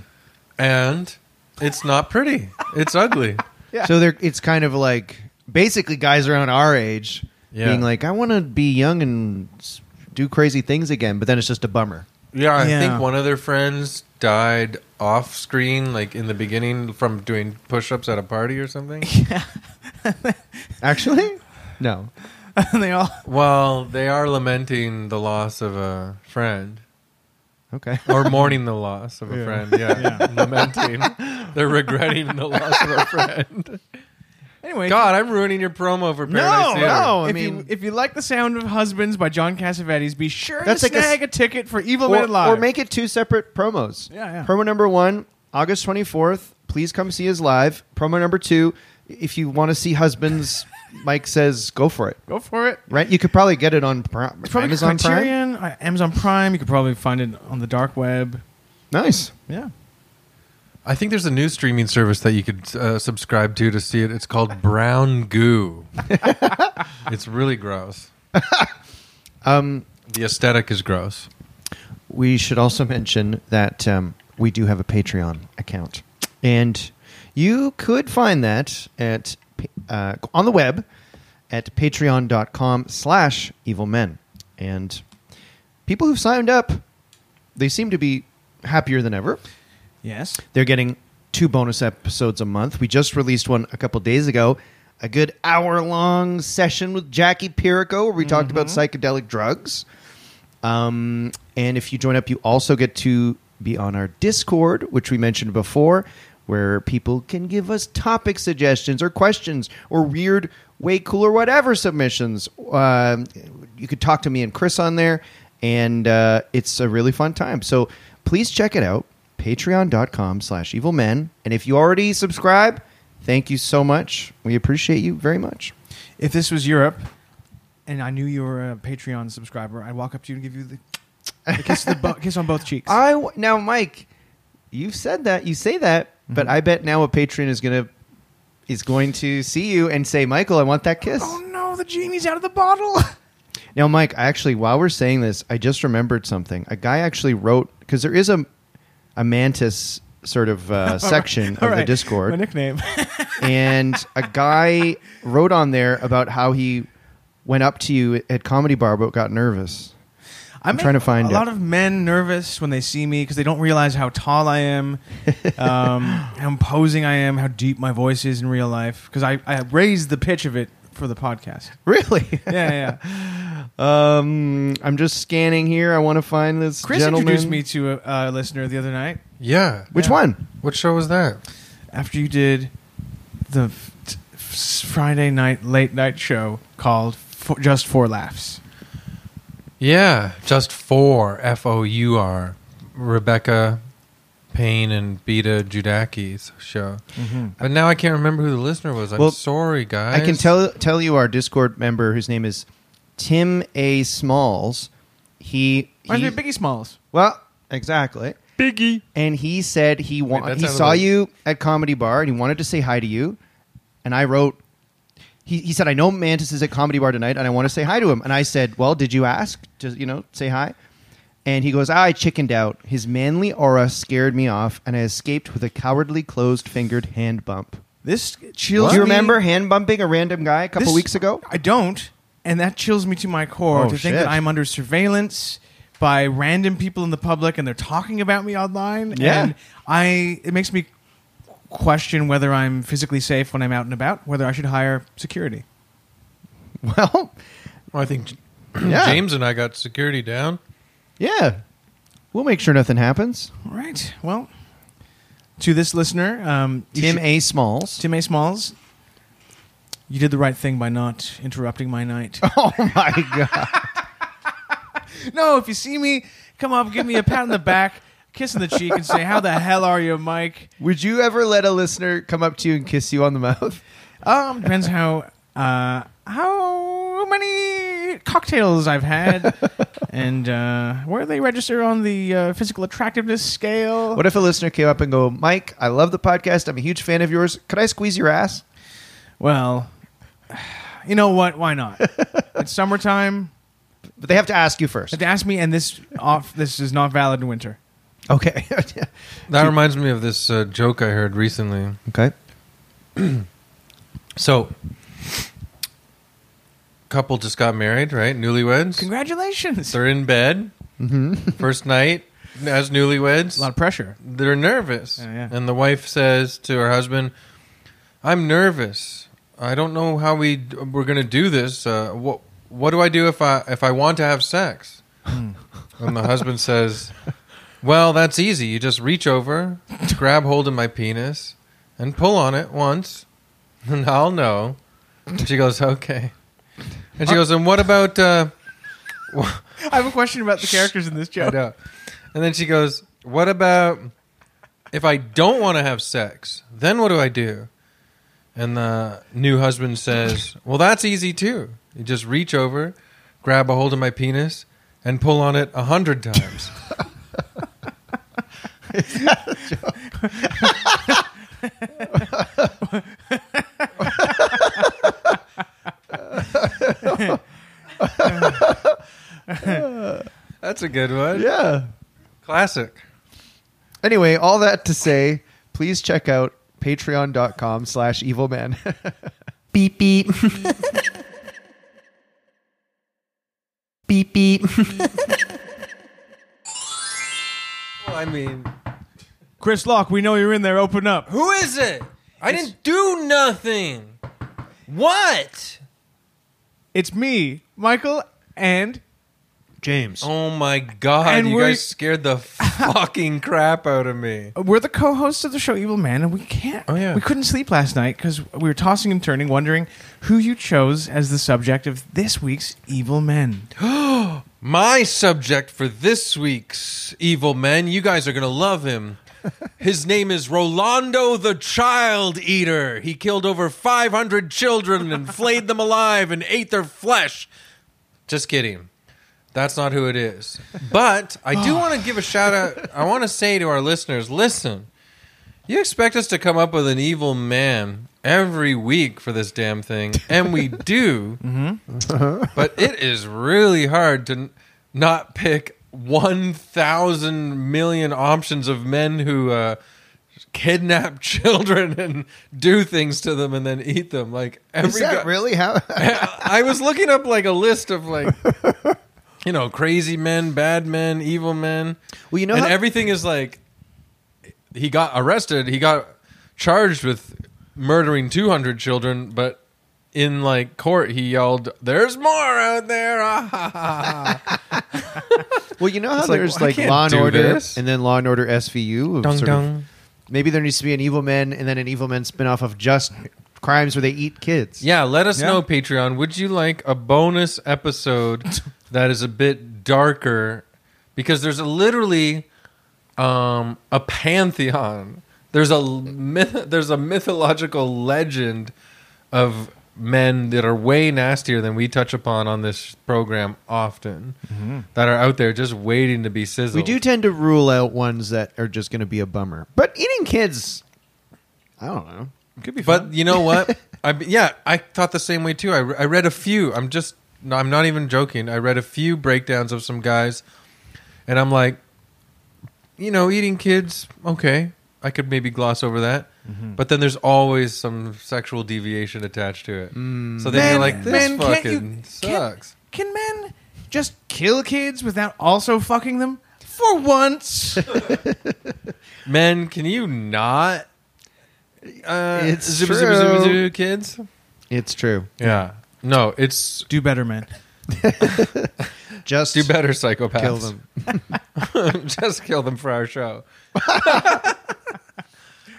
Speaker 1: and it's not pretty. It's ugly.
Speaker 2: So they're, it's kind of like basically guys around our age
Speaker 1: Yeah.
Speaker 2: being like, I want to be young and s- do crazy things again, but then it's just a bummer.
Speaker 1: Yeah, I
Speaker 3: Yeah.
Speaker 1: think one of their friends died off screen, like in the beginning, from doing push-ups at a party or something.
Speaker 2: Actually? No.
Speaker 3: and they all
Speaker 1: well, they are lamenting the loss of a friend.
Speaker 2: Okay.
Speaker 1: or mourning the loss of a friend. Yeah, lamenting, they're regretting the loss of a friend.
Speaker 3: anyway.
Speaker 1: God, I'm ruining your promo for Paradise
Speaker 2: No,
Speaker 1: Theater.
Speaker 2: no. I
Speaker 3: if you
Speaker 2: mean-
Speaker 3: if you like the sound of Husbands by John Cassavetes, be sure
Speaker 2: That's
Speaker 3: to
Speaker 2: like a s-
Speaker 3: snag a, ticket for Evil
Speaker 2: or,
Speaker 3: Men Live.
Speaker 2: or make it two separate promos.
Speaker 3: Yeah, yeah.
Speaker 2: Promo number one, August 24th. Please come see us live. Promo number two, if you want to see husbands, Mike says go for it.
Speaker 3: go for it.
Speaker 2: Right? You could probably get it on Pri-
Speaker 3: It's probably
Speaker 2: Amazon Prime.
Speaker 3: Criterion, uh, Amazon Prime. You could probably find it on the dark web.
Speaker 2: Nice.
Speaker 3: Yeah,
Speaker 1: I think there's a new streaming service that you could uh, subscribe to to see it. It's called Brown Goo. it's really gross.
Speaker 2: Um,
Speaker 1: The aesthetic is gross.
Speaker 2: we should also mention that um, we do have a Patreon account, and you could find that at uh, on the web at patreon.com slash evil men and people who've signed up they seem to be happier than ever
Speaker 3: yes.
Speaker 2: they're getting two bonus episodes a month. We just released one a couple days ago, a good hour long session with Jackie Pirico where we talked about psychedelic drugs. Um, and if you join up, you also get to be on our Discord, which we mentioned before, where people can give us topic suggestions or questions or weird, way cooler, whatever submissions. Um you could talk to me and Chris on there, and uh, it's a really fun time. So please check it out. Patreon.com slash evil men. And if you already subscribe, thank you so much. We appreciate you very much.
Speaker 3: If this was Europe, and I knew you were a Patreon subscriber, I'd walk up to you and give you the, the kiss, of the bo- kiss on both cheeks.
Speaker 2: I w- now, Mike, you've said that, you say that,
Speaker 3: Mm-hmm.
Speaker 2: but I bet now a patron is gonna is going to see you and say, Michael, I want that kiss.
Speaker 3: oh no, the genie's out of the bottle.
Speaker 2: Now, Mike, actually, while we're saying this, I just remembered something. A guy actually wrote because there is a a mantis sort of uh, section
Speaker 3: All
Speaker 2: of the
Speaker 3: right, My
Speaker 2: Discord,
Speaker 3: nickname.
Speaker 2: and a guy wrote on there about how he went up to you at comedy bar but got nervous. I'm
Speaker 3: make
Speaker 2: trying to find
Speaker 3: a
Speaker 2: it.
Speaker 3: lot of men nervous when they see me because they don't realize how tall I am, um, how imposing I am, how deep my voice is in real life. Because I, I raised the pitch of it for the podcast.
Speaker 2: Really?
Speaker 3: Yeah, yeah. yeah.
Speaker 2: um, I'm just scanning here. I want to find this
Speaker 3: Chris
Speaker 2: gentleman.
Speaker 3: introduced me to a, a listener the other night
Speaker 1: Yeah.
Speaker 2: Which
Speaker 3: Yeah.
Speaker 2: one?
Speaker 1: What show was that?
Speaker 3: after you did the f- t- f- Friday night late night show called F- Just for Laughs.
Speaker 1: Yeah, just four. F O U R. Rebecca Payne and Beta Judaki's show. But now I can't remember who the listener was. I'm
Speaker 2: Mm-hmm. Well,
Speaker 1: sorry, guys.
Speaker 2: I can tell tell you our Discord member whose name is Tim A. Smalls. He,
Speaker 3: Reminds me
Speaker 2: he
Speaker 3: of Biggie Smalls.
Speaker 2: well exactly.
Speaker 1: Biggie.
Speaker 2: and he said he wa-
Speaker 1: Wait, that's
Speaker 2: he
Speaker 1: out of
Speaker 2: saw
Speaker 1: the-
Speaker 2: you at comedy bar and he wanted to say hi to you and i wrote he, he said i know mantis is at comedy bar tonight and i want to say hi to him and i said well did you ask to you know say hi and he goes "Ah, i chickened out his manly aura scared me off and i escaped with a cowardly closed fingered hand bump
Speaker 3: This chills.
Speaker 2: do you
Speaker 3: me-
Speaker 2: remember hand bumping a random guy a couple
Speaker 3: This-
Speaker 2: weeks ago
Speaker 3: I don't, and that chills me to my core
Speaker 2: Oh,
Speaker 3: to think
Speaker 2: shit.
Speaker 3: that I'm under surveillance by random people in the public and they're talking about me online.
Speaker 2: Yeah.
Speaker 3: And I it makes me question whether I'm physically safe when I'm out and about, whether I should hire security.
Speaker 2: well
Speaker 1: Well, I think J-
Speaker 2: Yeah.
Speaker 1: James and I got security down.
Speaker 2: yeah we'll make sure nothing happens
Speaker 3: All right. Well, to this listener, um, you
Speaker 2: tim
Speaker 3: should-
Speaker 2: a smalls
Speaker 3: Tim A. Smalls, you did the right thing by not interrupting my night.
Speaker 2: oh my god
Speaker 3: No, if you see me, come up, give me a pat on the back, kiss on the cheek, and say, "How the hell are you, Mike?"
Speaker 2: would you ever let a listener come up to you and kiss you on the mouth
Speaker 3: Um, depends how uh, how many cocktails I've had, and uh, where they register on the uh, physical attractiveness scale.
Speaker 2: What if a listener came up and go, Mike, I love the podcast. I'm a huge fan of yours. Could I squeeze your ass?
Speaker 3: Well, you know what? Why not? it's summertime.
Speaker 2: But they have to ask you first.
Speaker 3: But they ask me, and this off. This is not valid in winter.
Speaker 2: Okay.
Speaker 1: That reminds me of this uh, joke I heard recently.
Speaker 2: okay.
Speaker 1: So, couple just got married, right? Newlyweds.
Speaker 3: Congratulations.
Speaker 1: They're in bed. First night as newlyweds.
Speaker 3: Mm-hmm. A lot of pressure.
Speaker 1: they're nervous.
Speaker 3: Yeah, yeah.
Speaker 1: And the wife says to her husband, "I'm nervous. I don't know how we d- we're going to do this. Uh, what what do I do if I if I want to have sex?"
Speaker 3: Hmm.
Speaker 1: and the husband says, "Well, that's easy. You just reach over, grab hold of my penis, and pull on it once, and I'll know." And she goes, "Okay." And she goes, "And what about uh,
Speaker 3: I have a question about the characters in this
Speaker 1: I
Speaker 3: joke.
Speaker 1: know. And then she goes, "What about if I don't want to have sex? Then what do I do?" And the new husband says, "Well, that's easy too. You just reach over, grab a hold of my penis, and pull on it a hundred times." That's a good one.
Speaker 2: Yeah.
Speaker 1: Classic.
Speaker 2: Anyway, all that to say, please check out patreon.com slash evil man.
Speaker 4: Beep beep. beep beep.
Speaker 1: Well, I mean,
Speaker 3: Chris Locke, we know you're in there. Open up.
Speaker 1: who is it? I didn't do nothing. What?
Speaker 3: It's me, Michael, and
Speaker 2: James.
Speaker 1: Oh my god!
Speaker 3: And
Speaker 1: you
Speaker 3: we're-
Speaker 1: guys scared the fucking crap out of me.
Speaker 3: we're the co-hosts of the show Evil Man, and we can't.
Speaker 1: Oh, yeah.
Speaker 3: We couldn't sleep last night because we were tossing and turning, wondering who you chose as the subject of this week's Evil Men.
Speaker 1: My subject for this week's Evil Men, you guys are going to love him. His name is Rolando the Child Eater. He killed over 500 children and flayed them alive and ate their flesh. Just kidding. That's not who it is. But I
Speaker 2: Oh.
Speaker 1: do want to give a shout out. I want to say to our listeners listen, you expect us to come up with an evil man every week for this damn thing, and we do.
Speaker 2: Mm-hmm.
Speaker 1: but it is really hard to n- not pick 1,000 million options of men who uh, kidnap children and do things to them and then eat them. Like every
Speaker 2: Is that
Speaker 1: guy-
Speaker 2: really how?
Speaker 1: I was looking up like a list of like, you know, crazy men, bad men, evil men.
Speaker 2: Well, you know
Speaker 1: and
Speaker 2: how-
Speaker 1: everything is like, he got arrested. He got charged with murdering 200 children, but in like court, he yelled, "There's more out there!" Ah, ha, ha, ha.
Speaker 2: Well, you know how
Speaker 1: It's like,
Speaker 2: there's
Speaker 1: well, I
Speaker 2: like
Speaker 1: can't
Speaker 2: Law and
Speaker 1: do
Speaker 2: Order,
Speaker 1: this.
Speaker 2: and then Law and Order SVU. of
Speaker 1: Dung,
Speaker 2: sort of-
Speaker 1: dung.
Speaker 2: maybe there needs to be an Evil Men, and then an Evil Men spinoff of just crimes where they eat kids.
Speaker 1: Yeah, let us
Speaker 3: Yeah.
Speaker 1: know, Patreon. Would you like a bonus episode that is a bit darker? Because there's a, literally um, a pantheon. There's a myth, there's a mythological legend of men that are way nastier than we touch upon on this program often, that are out there just waiting to be sizzled.
Speaker 2: Mm-hmm. we do tend to rule out ones that are just going to be a bummer. But eating kids, I don't know.
Speaker 3: Could be
Speaker 1: But you know what? I yeah, I thought the same way too. I, I read a few. I'm just no, I'm not even joking. I read a few breakdowns of some guys, and I'm like, you know, eating kids. Okay, I could maybe gloss over that.
Speaker 2: Mm-hmm.
Speaker 1: But then there's always some sexual deviation attached to it. So then you're like, this fucking sucks.
Speaker 3: Can, men just kill kids without also fucking them? For once,
Speaker 1: Men, can you not? Uh,
Speaker 2: It's
Speaker 1: zip, zip, zip,
Speaker 2: true.
Speaker 1: zip, kids.
Speaker 2: It's true.
Speaker 1: Yeah. No, it's
Speaker 3: do better, man.
Speaker 2: Just
Speaker 1: do better, psychopaths.
Speaker 2: kill them.
Speaker 1: Just kill them for our show. okay.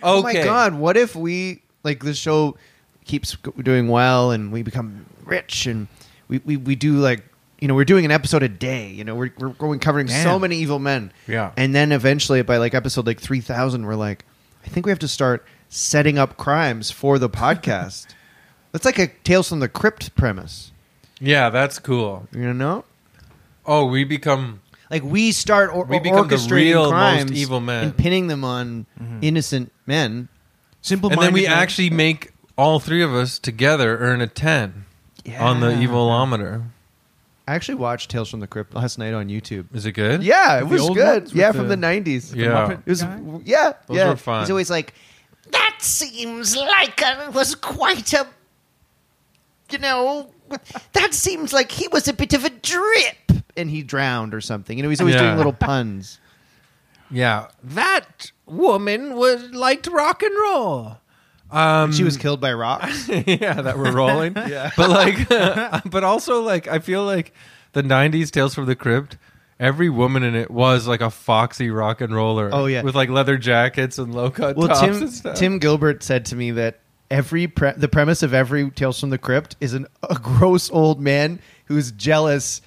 Speaker 2: Oh my god! What if we like this show keeps go- doing well and we become rich and we, we, we do like you know we're doing an episode a day. You know we're we're going covering so
Speaker 3: Damn.
Speaker 2: many evil men.
Speaker 1: Yeah.
Speaker 2: and then eventually by like episode like three thousand, we're like, I think we have to start setting up crimes for the podcast. That's like a Tales from the Crypt premise.
Speaker 1: Yeah, that's cool.
Speaker 2: You know,
Speaker 1: Oh, we become
Speaker 2: like we start or-
Speaker 1: We become the
Speaker 2: orchestrating
Speaker 1: real most
Speaker 2: crimes
Speaker 1: evil men. Mm-hmm.
Speaker 2: and pinning them on innocent men.
Speaker 3: Simple.
Speaker 1: and then we
Speaker 3: minded men.
Speaker 1: actually make all three of us together earn a 10 on the
Speaker 2: Yeah.
Speaker 1: evilometer.
Speaker 2: I actually watched Tales from the Crypt last night on YouTube.
Speaker 1: Is it good?
Speaker 2: Yeah, it
Speaker 3: The
Speaker 2: was
Speaker 3: old
Speaker 2: good.
Speaker 3: ones
Speaker 2: Yeah,
Speaker 3: with
Speaker 2: from the
Speaker 3: the-
Speaker 2: nineties.
Speaker 1: Yeah.
Speaker 2: it was.
Speaker 3: guy?
Speaker 2: Yeah,
Speaker 1: Those
Speaker 2: yeah.
Speaker 1: were fun.
Speaker 2: He's always like,
Speaker 4: That seems like it was quite a. You know, that seems like he was a bit of a drip.
Speaker 2: and he drowned or something. You know, he's always
Speaker 1: Yeah.
Speaker 2: doing little puns.
Speaker 1: Yeah. That woman was liked rock and roll. Um,
Speaker 2: She was killed by rocks.
Speaker 1: yeah, that were rolling. yeah. But like but also like I feel like the 90s Tales from the Crypt Every woman in it was like a foxy rock and roller.
Speaker 2: Oh, yeah.
Speaker 1: with like leather jackets and low cut
Speaker 2: Well,
Speaker 1: tops
Speaker 2: Tim
Speaker 1: and stuff.
Speaker 2: Tim Gilbert said to me that every pre- the premise of every Tales from the Crypt is an, a gross old man who's jealous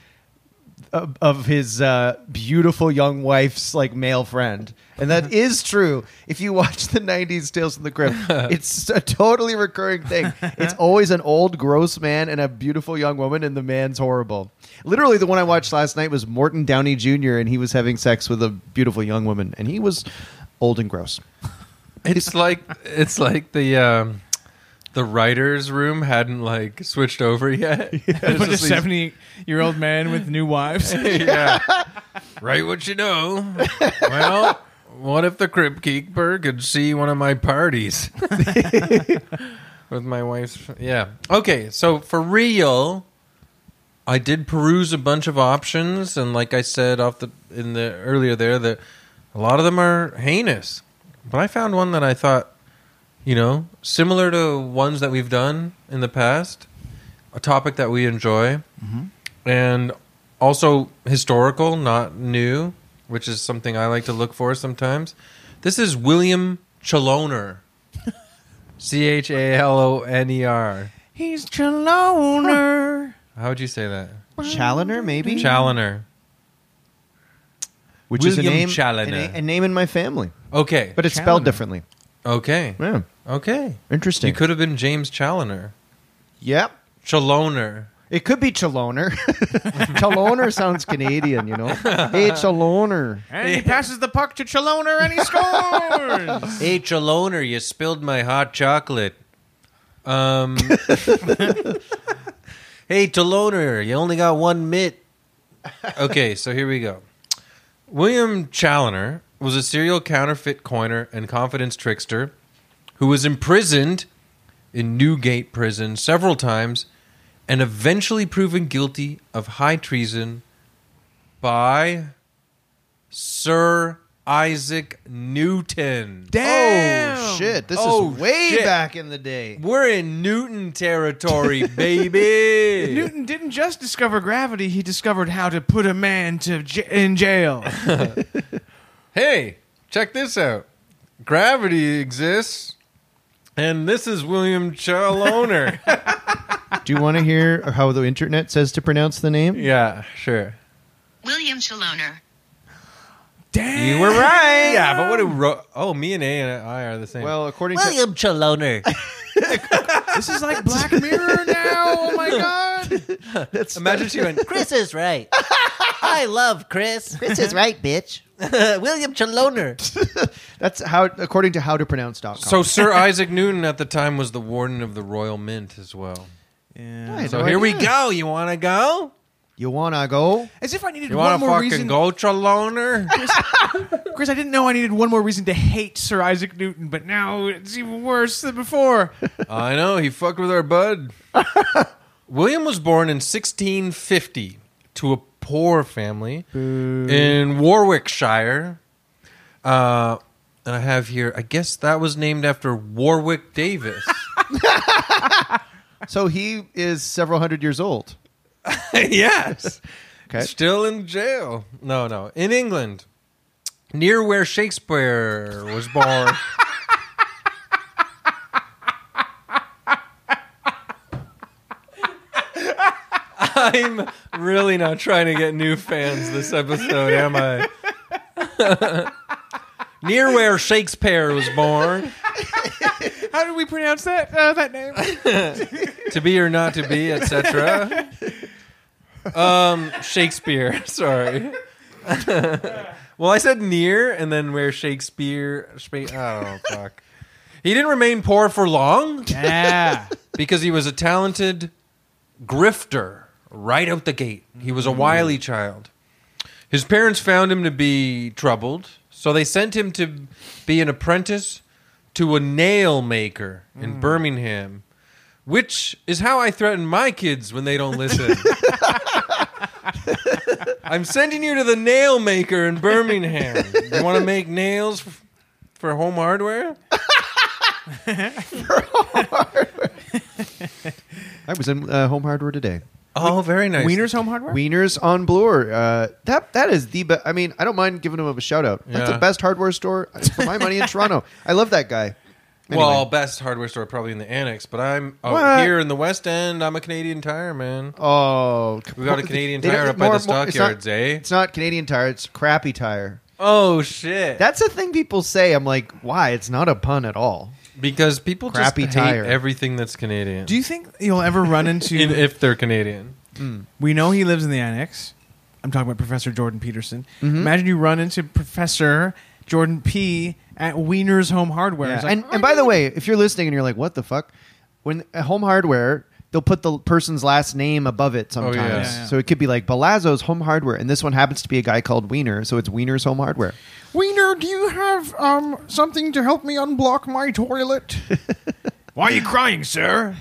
Speaker 2: of, of his uh, beautiful young wife's like male friend, and that is true. If you watch the '90s Tales from the Crypt, it's a totally recurring thing. It's always an old gross man and a beautiful young woman, and the man's horrible. Literally, the one I watched last night was Morton Downey Jr., and he was having sex with a beautiful young woman, and he was old and gross.
Speaker 1: It's like it's like the um, the writers' room hadn't like switched over yet.
Speaker 3: They
Speaker 1: It's
Speaker 3: put a
Speaker 1: just these-
Speaker 3: seventy-year-old man with new wives.
Speaker 1: yeah. Write what you know. Well, what if the crib keeper could see one of my parties with my wife's? Yeah. Okay. So for real, I did peruse a bunch of options, and like I said off the in the earlier there, that a lot of them are heinous. But I found one that I thought, you know, similar to ones that we've done in the past, a topic that we enjoy, and also historical, not new, which is something I like to look for sometimes. This is William Chaloner. C H A L O N E R.
Speaker 3: He's Chaloner.
Speaker 1: How would you say that?
Speaker 2: Challoner, maybe.
Speaker 1: Chaloner.
Speaker 2: which is a
Speaker 1: William
Speaker 2: name,
Speaker 1: Chaloner.
Speaker 2: a na- a name in my family,
Speaker 1: Okay.
Speaker 2: but it's spelled
Speaker 3: Chaloner.
Speaker 2: differently.
Speaker 1: okay.
Speaker 2: Yeah,
Speaker 1: Okay.
Speaker 2: interesting.
Speaker 1: You could have been James Challoner.
Speaker 2: yep,
Speaker 1: Challoner.
Speaker 2: it could be Chaloner. Chaloner sounds Canadian, you know. Hey, Chaloner.
Speaker 3: And he passes the puck to Chaloner and he scores.
Speaker 1: Hey, Chaloner, you spilled my hot chocolate. Um. hey, Chaloner, you only got one mitt. Okay, so here we go. William Challoner was a serial counterfeit coiner and confidence trickster who was imprisoned in Newgate Prison several times and eventually proven guilty of high treason by Sir Isaac Newton.
Speaker 3: Damn.
Speaker 2: Oh shit! This
Speaker 1: Oh,
Speaker 2: is way
Speaker 1: shit.
Speaker 2: back in the day.
Speaker 1: We're in Newton territory, baby.
Speaker 3: Newton didn't just discover gravity; he discovered how to put a man to j- in jail.
Speaker 1: Hey, check this out. Gravity exists, and this is William Chaloner.
Speaker 2: Do you want to hear how the internet says to pronounce the name?
Speaker 1: yeah, sure.
Speaker 5: William Shaloner.
Speaker 3: Damn.
Speaker 1: You were right. Yeah, but what a ro- oh, me and A and I are the same.
Speaker 2: Well, according to
Speaker 1: William Chaloner.
Speaker 3: This is like Black Mirror now. Oh my god.
Speaker 2: that's
Speaker 1: Imagine she went.
Speaker 6: Chris is right. I love Chris.
Speaker 4: Chris is right, bitch.
Speaker 6: William Chaloner.
Speaker 2: that's how according to how to pronounce.com.
Speaker 1: So Sir Isaac Newton at the time was the warden of the Royal Mint as well.
Speaker 3: Yeah.
Speaker 1: So here we go. You want to go?
Speaker 2: You wanna go?
Speaker 3: As if I needed
Speaker 1: You
Speaker 3: one
Speaker 1: want to
Speaker 3: more
Speaker 1: fucking
Speaker 3: reason.
Speaker 1: go, Chaloner?
Speaker 3: Chris, I didn't know I needed one more reason to hate Sir Isaac Newton, but now it's even worse than before.
Speaker 1: I know he fucked with our bud. William was born in 1650 to a poor family in Warwickshire, uh, and I have here. I guess that was named after Warwick Davis.
Speaker 2: So he is several hundred years old.
Speaker 1: yes,
Speaker 2: Okay.
Speaker 1: still in jail. No, no, in England, near where Shakespeare was born. I'm really not trying to get new fans this episode, am I? Near where Shakespeare was born,
Speaker 3: How do we pronounce that? Uh, that name?
Speaker 1: to be or not to be, etc. Um, Shakespeare, sorry. well, I said near, and then where Shakespeare, Spa- oh fuck, he didn't remain poor for long
Speaker 3: Yeah.
Speaker 1: because he was a talented grifter right out the gate. He was a wily child. His parents found him to be troubled, so they sent him to be an apprentice to a nail maker in Birmingham, which is how I threaten my kids when they don't listen. I'm sending you to the nail maker in Birmingham. You want to make nails f- for home hardware?
Speaker 2: I was in uh, Home Hardware today.
Speaker 1: Oh, very nice.
Speaker 3: Wiener's Home Hardware.
Speaker 2: Wieners on Bloor. Uh, that that is the best. I mean, I don't mind giving him a shout out. That's
Speaker 1: Yeah.
Speaker 2: the best hardware store uh, for my money in Toronto. I love that guy. Anyway.
Speaker 1: Well, best hardware store probably in the annex, but I'm out
Speaker 2: What?
Speaker 1: here in the West End. I'm a Canadian Tire man.
Speaker 2: oh,
Speaker 1: We got a Canadian
Speaker 2: They don't-
Speaker 1: Tire up by
Speaker 2: more-
Speaker 1: the
Speaker 2: more- it's not-
Speaker 1: stockyards, eh?
Speaker 2: It's not Canadian Tire. It's Crappy Tire.
Speaker 1: Oh shit!
Speaker 2: That's a thing people say. I'm like, why? It's not a pun at all.
Speaker 1: because people just
Speaker 2: Crappy
Speaker 1: hate
Speaker 2: Tire.
Speaker 1: everything that's Canadian.
Speaker 3: Do you think you'll ever run into?
Speaker 1: In- if they're Canadian,
Speaker 3: we know he lives in the annex. I'm talking about Professor Jordan Peterson. Imagine you run into Professor Jordan P at Wiener's Home Hardware. It's like,
Speaker 2: and and by the way, if you're listening and you're like, what the fuck, when at Home Hardware they'll put the person's last name above it sometimes,
Speaker 1: Oh, yeah. Yeah,
Speaker 3: yeah.
Speaker 2: so it could be like Balazzo's Home Hardware, and this one happens to be a guy called Wiener, so it's Wiener's Home Hardware.
Speaker 3: Wiener, do you have um something to help me unblock my toilet? Why are you crying, sir?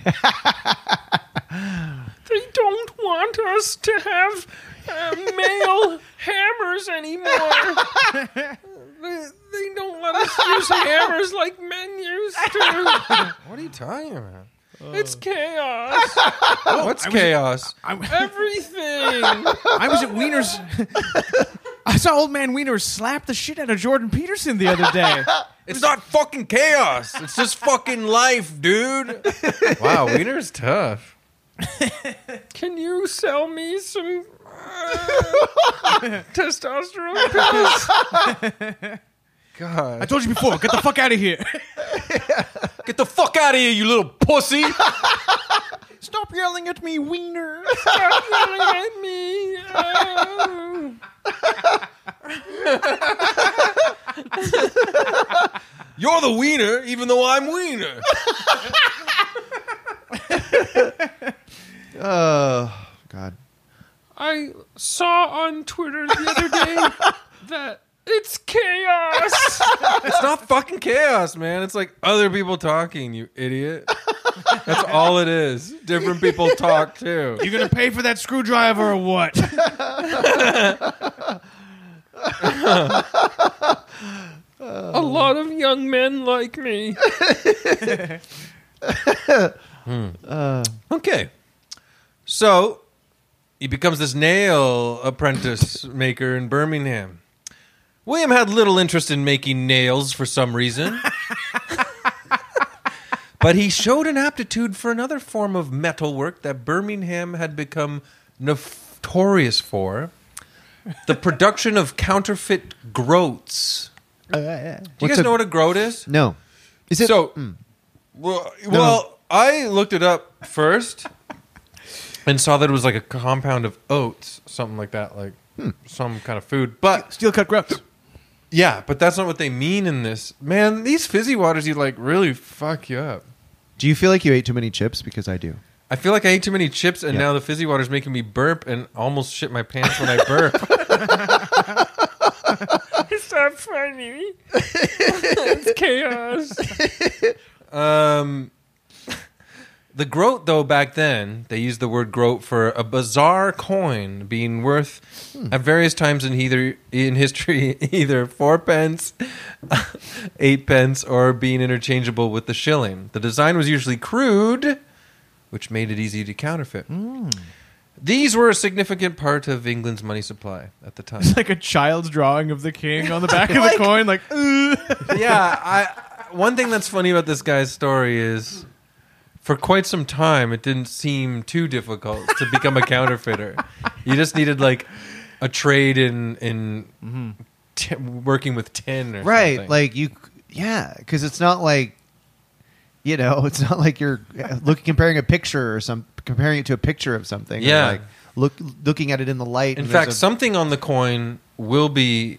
Speaker 7: They don't want us to have uh, male hammers anymore. they, they don't let us use hammers like men used to.
Speaker 1: what are you talking about? Uh.
Speaker 7: It's chaos.
Speaker 1: What's chaos?
Speaker 3: I,
Speaker 7: Everything.
Speaker 3: I was at Wiener's. I saw old man Wiener slap the shit out of Jordan Peterson the other day.
Speaker 1: it's not fucking chaos. It's just fucking life, dude. wow, Wiener's tough.
Speaker 7: Can you sell me some uh, testosterone pills?
Speaker 3: I told you before. Get the fuck out of here.
Speaker 1: Get the fuck out of here, you little pussy!
Speaker 3: Stop yelling at me, wiener.
Speaker 7: Stop yelling at me. Uh,
Speaker 1: You're the wiener, even though I'm wiener.
Speaker 2: Oh God.
Speaker 7: I saw on Twitter the other day that it's chaos.
Speaker 1: It's not fucking chaos, man. It's like other people talking, you idiot. That's all it is. Different people talk too.
Speaker 3: You gonna pay for that screwdriver or what?
Speaker 7: A lot of young men like me.
Speaker 1: Hmm. Okay. So he becomes this nail apprentice maker in Birmingham. William had little interest in making nails for some reason. but he showed an aptitude for another form of metalwork that Birmingham had become notorious for the production of counterfeit groats. Do you
Speaker 2: What's
Speaker 1: guys
Speaker 2: a-
Speaker 1: know what a groat is?
Speaker 2: No. Is it?
Speaker 1: so,
Speaker 2: Mm.
Speaker 1: well, well, I looked it up first and saw that it was like a compound of oats, something like that, like
Speaker 2: Hmm.
Speaker 1: some kind of food. But
Speaker 3: Steel cut grubs.
Speaker 1: yeah, but that's not what they mean in this. Man, these fizzy waters, you like really fuck you up.
Speaker 2: do you feel like you ate too many chips? Because I do.
Speaker 1: I feel like I ate too many chips, and
Speaker 2: Yeah.
Speaker 1: now the fizzy water's making me burp and almost shit my pants when I burp.
Speaker 7: Stop funny. it's chaos.
Speaker 1: Um, the groat, though, back then, they used the word groat for a bizarre coin being worth at various times in either in history either four pence, eight pence, or being interchangeable with the shilling. The design was usually crude, which made it easy to counterfeit. These were a significant part of England's money supply at the time.
Speaker 3: It's like a child's drawing of the king on the back of the coin. Like, uh, "Ugh."
Speaker 1: yeah, I one thing that's funny about this guy's story is for quite some time it didn't seem too difficult to become a counterfeiter. You just needed like a trade in in ti- working with tin or
Speaker 2: Right.
Speaker 1: something.
Speaker 2: Like you. Yeah. Because it's not like. You know, it's not like you're looking comparing a picture or some comparing it to a picture of something. or,
Speaker 1: Yeah.
Speaker 2: like look, looking at it in the light.
Speaker 1: in
Speaker 2: and there's
Speaker 1: fact,
Speaker 2: a-
Speaker 1: something on the coin will be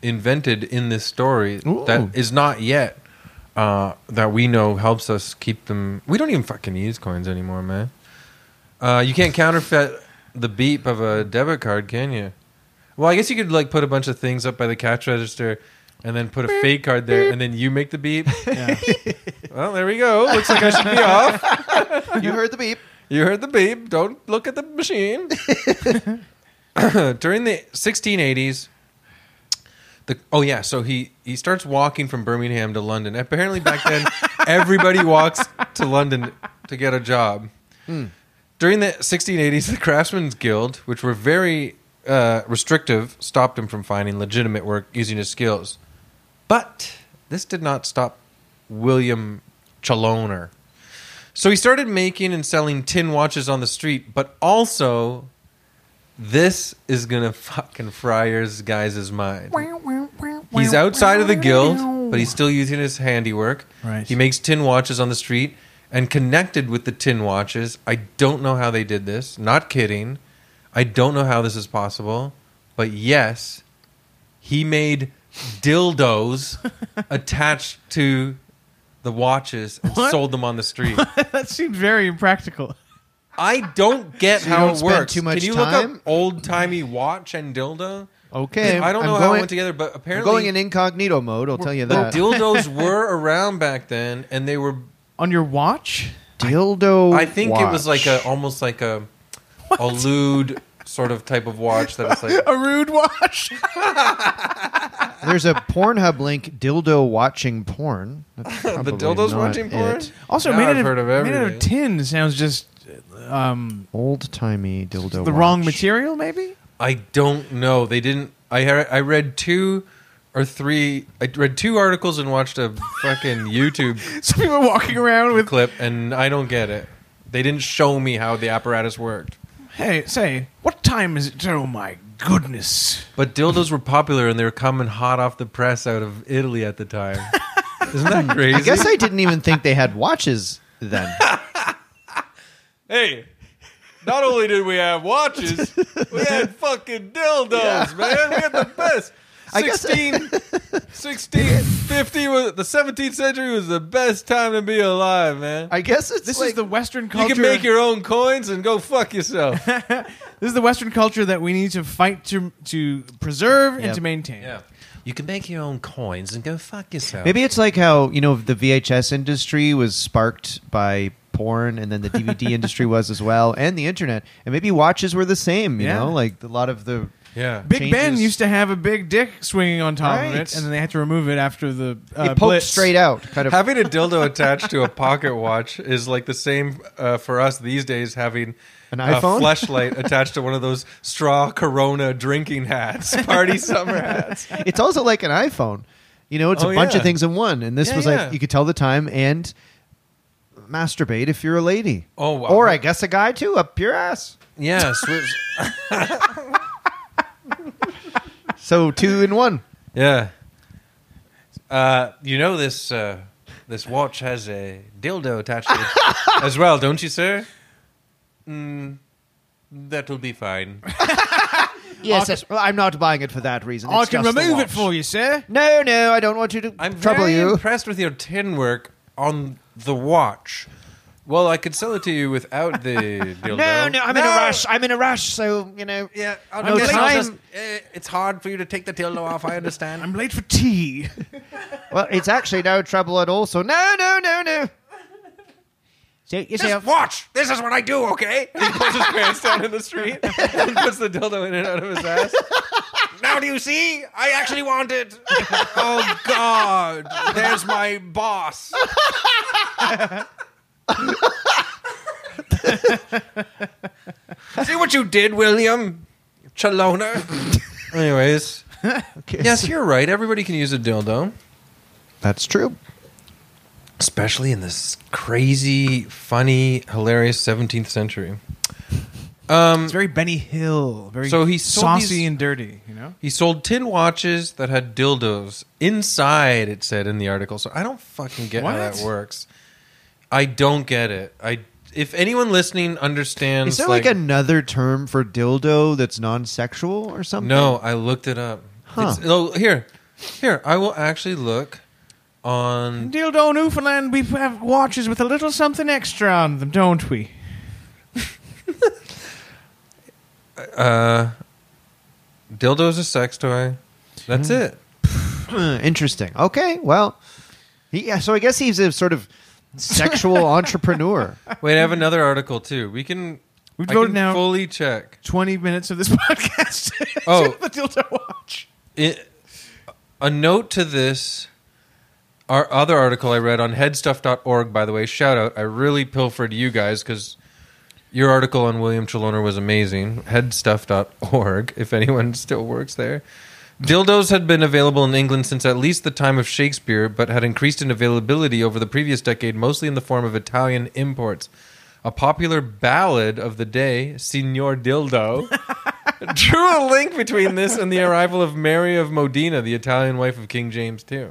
Speaker 1: invented in this story that
Speaker 3: Ooh.
Speaker 1: is not yet uh, that we know helps us keep them. We don't even fucking use coins anymore, man. Uh, you can't counterfeit the beep of a debit card, can you? Well, I guess you could like put a bunch of things up by the cash register. And then put a fake card there, and then you make the beep.
Speaker 3: Yeah.
Speaker 1: well, there we go. Looks like I should be off.
Speaker 2: you heard the beep.
Speaker 1: You heard the beep. Don't look at the machine. During the 1680s, the oh yeah, so he he starts walking from Birmingham to London. Apparently back then everybody walks to London to get a job. During the 1680s, the Craftsmen's Guild, which were very uh, restrictive, stopped him from finding legitimate work using his skills. But this did not stop William Chaloner. So he started making and selling tin watches on the street, but also this is gonna fucking fry your guys' mind. He's outside of the guild, but he's still using his handiwork.
Speaker 3: Right.
Speaker 1: He makes tin watches on the street and connected with the tin watches. I don't know how they did this. Not kidding. I don't know how this is possible. But yes, he made dildos attached to the watches and
Speaker 3: What?
Speaker 1: sold them on the street.
Speaker 3: that seemed very impractical.
Speaker 1: I don't get
Speaker 2: you
Speaker 1: how
Speaker 2: don't
Speaker 1: it
Speaker 2: spend
Speaker 1: works.
Speaker 2: too much
Speaker 1: Can you look
Speaker 2: time?
Speaker 1: up old timey watch and dildo?
Speaker 2: Okay.
Speaker 1: I don't
Speaker 2: I'm
Speaker 1: know how
Speaker 2: going-
Speaker 1: it went together, but
Speaker 2: I'm
Speaker 1: apparently
Speaker 2: going in incognito mode. I'll tell you that.
Speaker 1: dildos were around back then, and they were.
Speaker 3: On your watch?
Speaker 2: dildo.
Speaker 1: I think it was like a
Speaker 2: watch.
Speaker 1: almost like a a lewd sort of type of watch that was like
Speaker 3: A rude watch?
Speaker 2: There's a Pornhub link. Dildo watching porn. That's probably
Speaker 1: dildo's
Speaker 2: not
Speaker 1: watching porn?
Speaker 2: it.
Speaker 3: Also,
Speaker 1: Now
Speaker 3: made,
Speaker 1: I've
Speaker 3: out of,
Speaker 1: heard of
Speaker 3: made out of
Speaker 1: everything.
Speaker 3: tin sounds just um,
Speaker 2: Old timey dildo.
Speaker 3: the wrong
Speaker 2: watch.
Speaker 3: material, maybe?
Speaker 1: I don't know. They didn't. I heard- I read two or three. I read two articles and watched a fucking YouTube
Speaker 3: Some people walking around with
Speaker 1: clip, and I don't get it. They didn't show me how the apparatus worked.
Speaker 3: Hey, say, what time is it? Oh my goodness.
Speaker 1: But dildos were popular and they were coming hot off the press out of Italy at the time. Isn't that crazy?
Speaker 2: I guess I didn't even think they had watches then.
Speaker 1: hey, not only did we have watches, we had fucking dildos, man. We had the best.
Speaker 2: I guess-
Speaker 1: 16, 16 50 was the 17th century was the best time to be alive, man.
Speaker 2: I guess it's
Speaker 3: This
Speaker 2: like,
Speaker 3: is the Western
Speaker 1: you
Speaker 3: culture.
Speaker 1: can make your own coins and go fuck yourself.
Speaker 3: this is the Western culture that we need to fight to to preserve and
Speaker 2: Yep.
Speaker 3: to maintain.
Speaker 1: You can make your own coins and go fuck yourself.
Speaker 2: Maybe it's like how you know the VHS industry was sparked by porn, and then the DVD industry was as well, and the internet, and maybe watches were the same. You
Speaker 3: Yeah.
Speaker 2: know, like a lot of the
Speaker 1: Yeah.
Speaker 3: Big Ben
Speaker 2: Changes-
Speaker 3: used to have a big dick swinging on top of
Speaker 2: Right.
Speaker 3: it, and then they had to remove it after the uh,
Speaker 2: it poked
Speaker 3: blitz.
Speaker 2: straight out, kind of.
Speaker 1: having a dildo attached to a pocket watch is like the same uh, for us these days having
Speaker 2: An
Speaker 1: a
Speaker 2: iPhone?
Speaker 1: flashlight attached to one of those straw corona drinking hats party summer hats
Speaker 2: it's also like an iPhone. You know, it's
Speaker 1: Oh,
Speaker 2: a bunch
Speaker 1: yeah.
Speaker 2: of things in one, and this
Speaker 1: Yeah,
Speaker 2: was
Speaker 1: yeah.
Speaker 2: like you could tell the time and masturbate if you're a lady.
Speaker 1: Oh, wow.
Speaker 2: or I guess a guy too, up your ass.
Speaker 1: yeah switch.
Speaker 2: So two in one.
Speaker 1: yeah uh, you know this uh, this watch has a dildo attached to it as well don't you sir mm, that'll be fine
Speaker 2: Yes, yes. Well, I'm not buying it for that reason.
Speaker 3: I
Speaker 2: It's
Speaker 3: can
Speaker 2: just the
Speaker 3: remove it
Speaker 2: watch.
Speaker 3: for you, sir.
Speaker 2: No, no, I don't want you to
Speaker 1: I'm
Speaker 2: trouble
Speaker 1: very
Speaker 2: you.
Speaker 1: impressed with your tin work on the watch. Well, I could sell it to you without the dildo.
Speaker 2: No, no, I'm in a rush. I'm in a rush. So you know,
Speaker 1: Yeah, i
Speaker 2: No time.
Speaker 1: eh, it's hard for you to take the dildo off. I understand.
Speaker 3: I'm late for tea.
Speaker 2: well, it's actually no trouble at all. So no, no, no, no. So you see,
Speaker 1: Just watch. This is what I do. Okay. He pulls his pants down in the street and puts the dildo in and out of his ass. Now do you see? I actually want it. oh God! There's my boss. see what you did, William Chalona. Anyways,
Speaker 2: okay.
Speaker 1: yes, you're right. Everybody can use a dildo.
Speaker 2: that's true.
Speaker 1: especially in this crazy, funny, hilarious 17th century. Um,
Speaker 3: It's very Benny Hill. Very
Speaker 1: So he sold
Speaker 3: saucy
Speaker 1: these-
Speaker 3: and dirty. You know.
Speaker 1: he sold tin watches that had dildos inside. It said in the article, so I don't fucking get how that
Speaker 3: What?
Speaker 1: works. I don't get it. I if anyone listening understands,
Speaker 2: Is there like,
Speaker 1: like,
Speaker 2: another term for dildo that's non-sexual or something?
Speaker 1: no, I looked it up.
Speaker 2: Huh.
Speaker 1: It's- oh, here, here, I will actually look on.
Speaker 3: Dildo Newfoundland, we have watches with a little something extra on them, don't we?
Speaker 1: Uh, dildo's a sex toy. That's
Speaker 3: Hmm.
Speaker 1: it.
Speaker 2: Huh, interesting. Okay, well, he, yeah. So I guess he's a sort of sexual entrepreneur.
Speaker 1: Wait, I have another article too. We can
Speaker 3: We've
Speaker 1: I
Speaker 3: voted
Speaker 1: can
Speaker 3: now.
Speaker 1: fully check.
Speaker 3: Twenty minutes of this podcast. to
Speaker 1: Oh.
Speaker 3: the dildo watch.
Speaker 1: It, a note to this our other article I read on headstuff.org by the way, shout out. I really pilfered you guys cuz your article on William Cheloner was amazing. Headstuff.org if anyone still works there. Dildos had been available in England since at least the time of Shakespeare, but had increased in availability over the previous decade, mostly in the form of Italian imports. A popular ballad of the day, Signor Dildo, drew a link between this and the arrival of Mary of Modena, the Italian wife of King James II.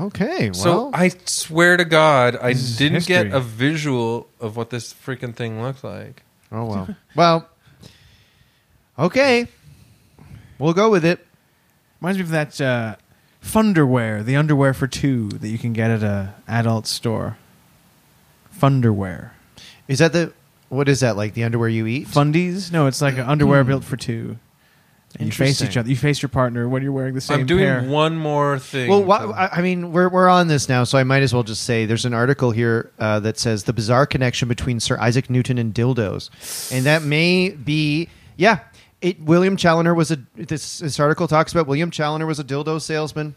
Speaker 2: Okay, well,
Speaker 1: So I swear to God, I
Speaker 3: is
Speaker 1: didn't get
Speaker 3: history.
Speaker 1: a visual of what this freaking thing looked like.
Speaker 2: oh well, well, okay, we'll go with it.
Speaker 3: Reminds me of that uh, Funderwear, the underwear for two that you can get at a adult store. Funderwear,
Speaker 2: Is that the what is that like the underwear you eat?
Speaker 3: fundies? No, it's like an underwear built for two. And you face
Speaker 2: Interesting.
Speaker 3: each other. You face your partner when you're wearing the same
Speaker 1: I'm doing
Speaker 3: pair.
Speaker 1: one more thing.
Speaker 2: Well,
Speaker 1: to-
Speaker 2: wha- I I mean, we're, we're on this now, so I might as well just say there's an article here uh, that says the bizarre connection between Sir Isaac Newton and dildos, and that may be yeah. It William Challoner was a this this article talks about William Challoner was a dildo salesman.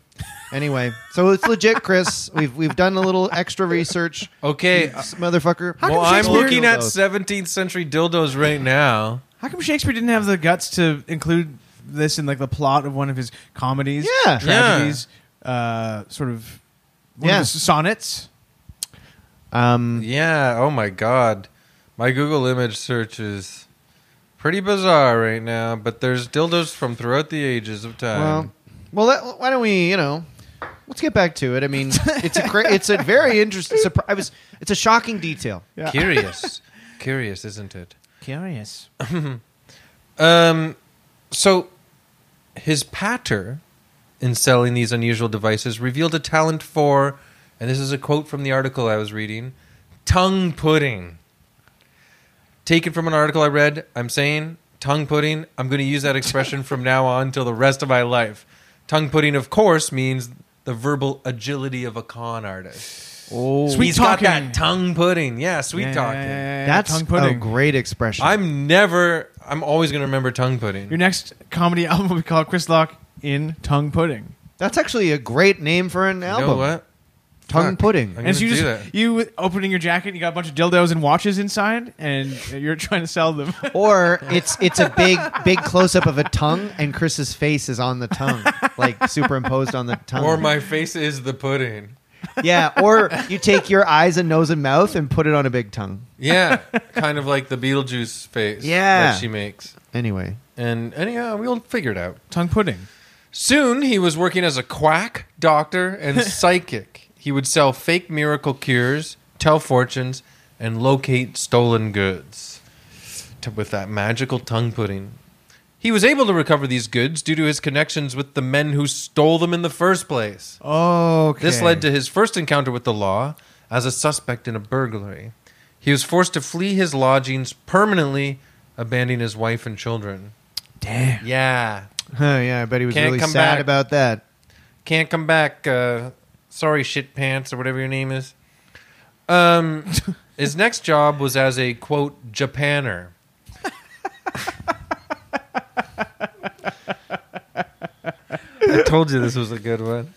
Speaker 2: Anyway, so it's legit, Chris. We've we've done a little extra research.
Speaker 1: okay. uh,
Speaker 2: This motherfucker.
Speaker 1: well, I'm
Speaker 2: Shakespeare-
Speaker 1: looking at
Speaker 2: Dildos. Mm.
Speaker 1: 17th century dildos right now.
Speaker 3: How come Shakespeare didn't have the guts to include this in like the plot of one of his comedies?
Speaker 2: Yeah.
Speaker 3: tragedies, Uh, sort of. One
Speaker 2: Yeah.
Speaker 3: of his sonnets.
Speaker 2: Um,
Speaker 1: Yeah. Oh my God. My Google image search is pretty bizarre right now, but there's dildos from throughout the ages of time.
Speaker 2: Well, well, let, why don't we? You know, let's get back to it. I mean, it's a cra- it's a very interesting. Surpri- I was. It's a shocking detail.
Speaker 3: Yeah.
Speaker 1: Curious. Curious, isn't it?
Speaker 3: Curious.
Speaker 1: Um, so his patter in selling these unusual devices revealed a talent for, and this is a quote from the article I was reading, tongue pudding. Taken from an article I read, I'm saying tongue pudding. I'm going to use that expression from now on till the rest of my life. Tongue pudding, of course, means the verbal agility of a con artist.
Speaker 2: Oh,
Speaker 3: Sweet
Speaker 1: He's
Speaker 3: talking.
Speaker 1: got that tongue pudding. Yeah, sweet
Speaker 3: Yeah,
Speaker 1: talking.
Speaker 3: yeah, yeah, yeah.
Speaker 2: that's
Speaker 3: tongue
Speaker 2: a
Speaker 3: pudding.
Speaker 2: great expression.
Speaker 1: I'm never, I'm always going to remember tongue pudding.
Speaker 3: Your next comedy album will be called Chris Lock in Tongue Pudding.
Speaker 2: that's actually a great name for an
Speaker 1: you
Speaker 2: album.
Speaker 1: know what?
Speaker 2: Tongue
Speaker 1: Fuck.
Speaker 2: pudding.
Speaker 1: I'm
Speaker 3: and so
Speaker 1: gonna
Speaker 3: you
Speaker 1: do
Speaker 3: just
Speaker 1: that.
Speaker 3: you opening your jacket, you got a bunch of dildos and watches inside, and you're trying to sell them.
Speaker 2: or it's it's a big big close up of a tongue and Chris's face is on the tongue, like superimposed on the tongue.
Speaker 1: Or my face is the pudding.
Speaker 2: yeah, or you take your eyes and nose and mouth and put it on a big tongue.
Speaker 1: Yeah, kind of like the Beetlejuice face.
Speaker 2: Yeah.
Speaker 1: that she makes.
Speaker 2: Anyway,
Speaker 1: And anyhow, we'll figure it out.
Speaker 3: Tongue pudding.
Speaker 1: Soon, he was working as a quack, doctor, and psychic. He would sell fake miracle cures, tell fortunes, and locate stolen goods to, with that magical tongue pudding. He was able to recover these goods due to his connections with the men who stole them in the first place.
Speaker 3: Oh,
Speaker 1: This led to his first encounter with the law as a suspect in a burglary. He was forced to flee his lodgings permanently, abandoning his wife and children.
Speaker 3: damn.
Speaker 1: Yeah.
Speaker 2: huh, yeah, I bet he was
Speaker 1: Can't
Speaker 2: really
Speaker 1: come
Speaker 2: sad
Speaker 1: back.
Speaker 2: about that.
Speaker 1: Can't come back. Uh, sorry, shit pants, or whatever your name is. Um, his next job was as a, quote, Japaner. I told you this was a good one.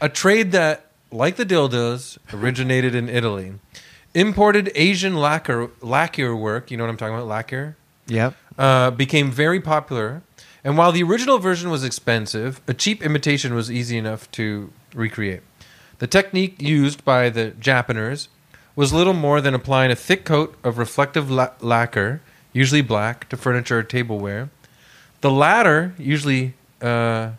Speaker 1: A trade that, like the dildos, originated in Italy. Imported Asian lacquer, lacquer work, you know what I'm talking about, lacquer?
Speaker 2: Yep.
Speaker 1: uh, became very popular. And while the original version was expensive, a cheap imitation was easy enough to recreate. The technique used by the Japaners was little more than applying a thick coat of reflective la- lacquer, usually black, to furniture or tableware. The latter, usually uh,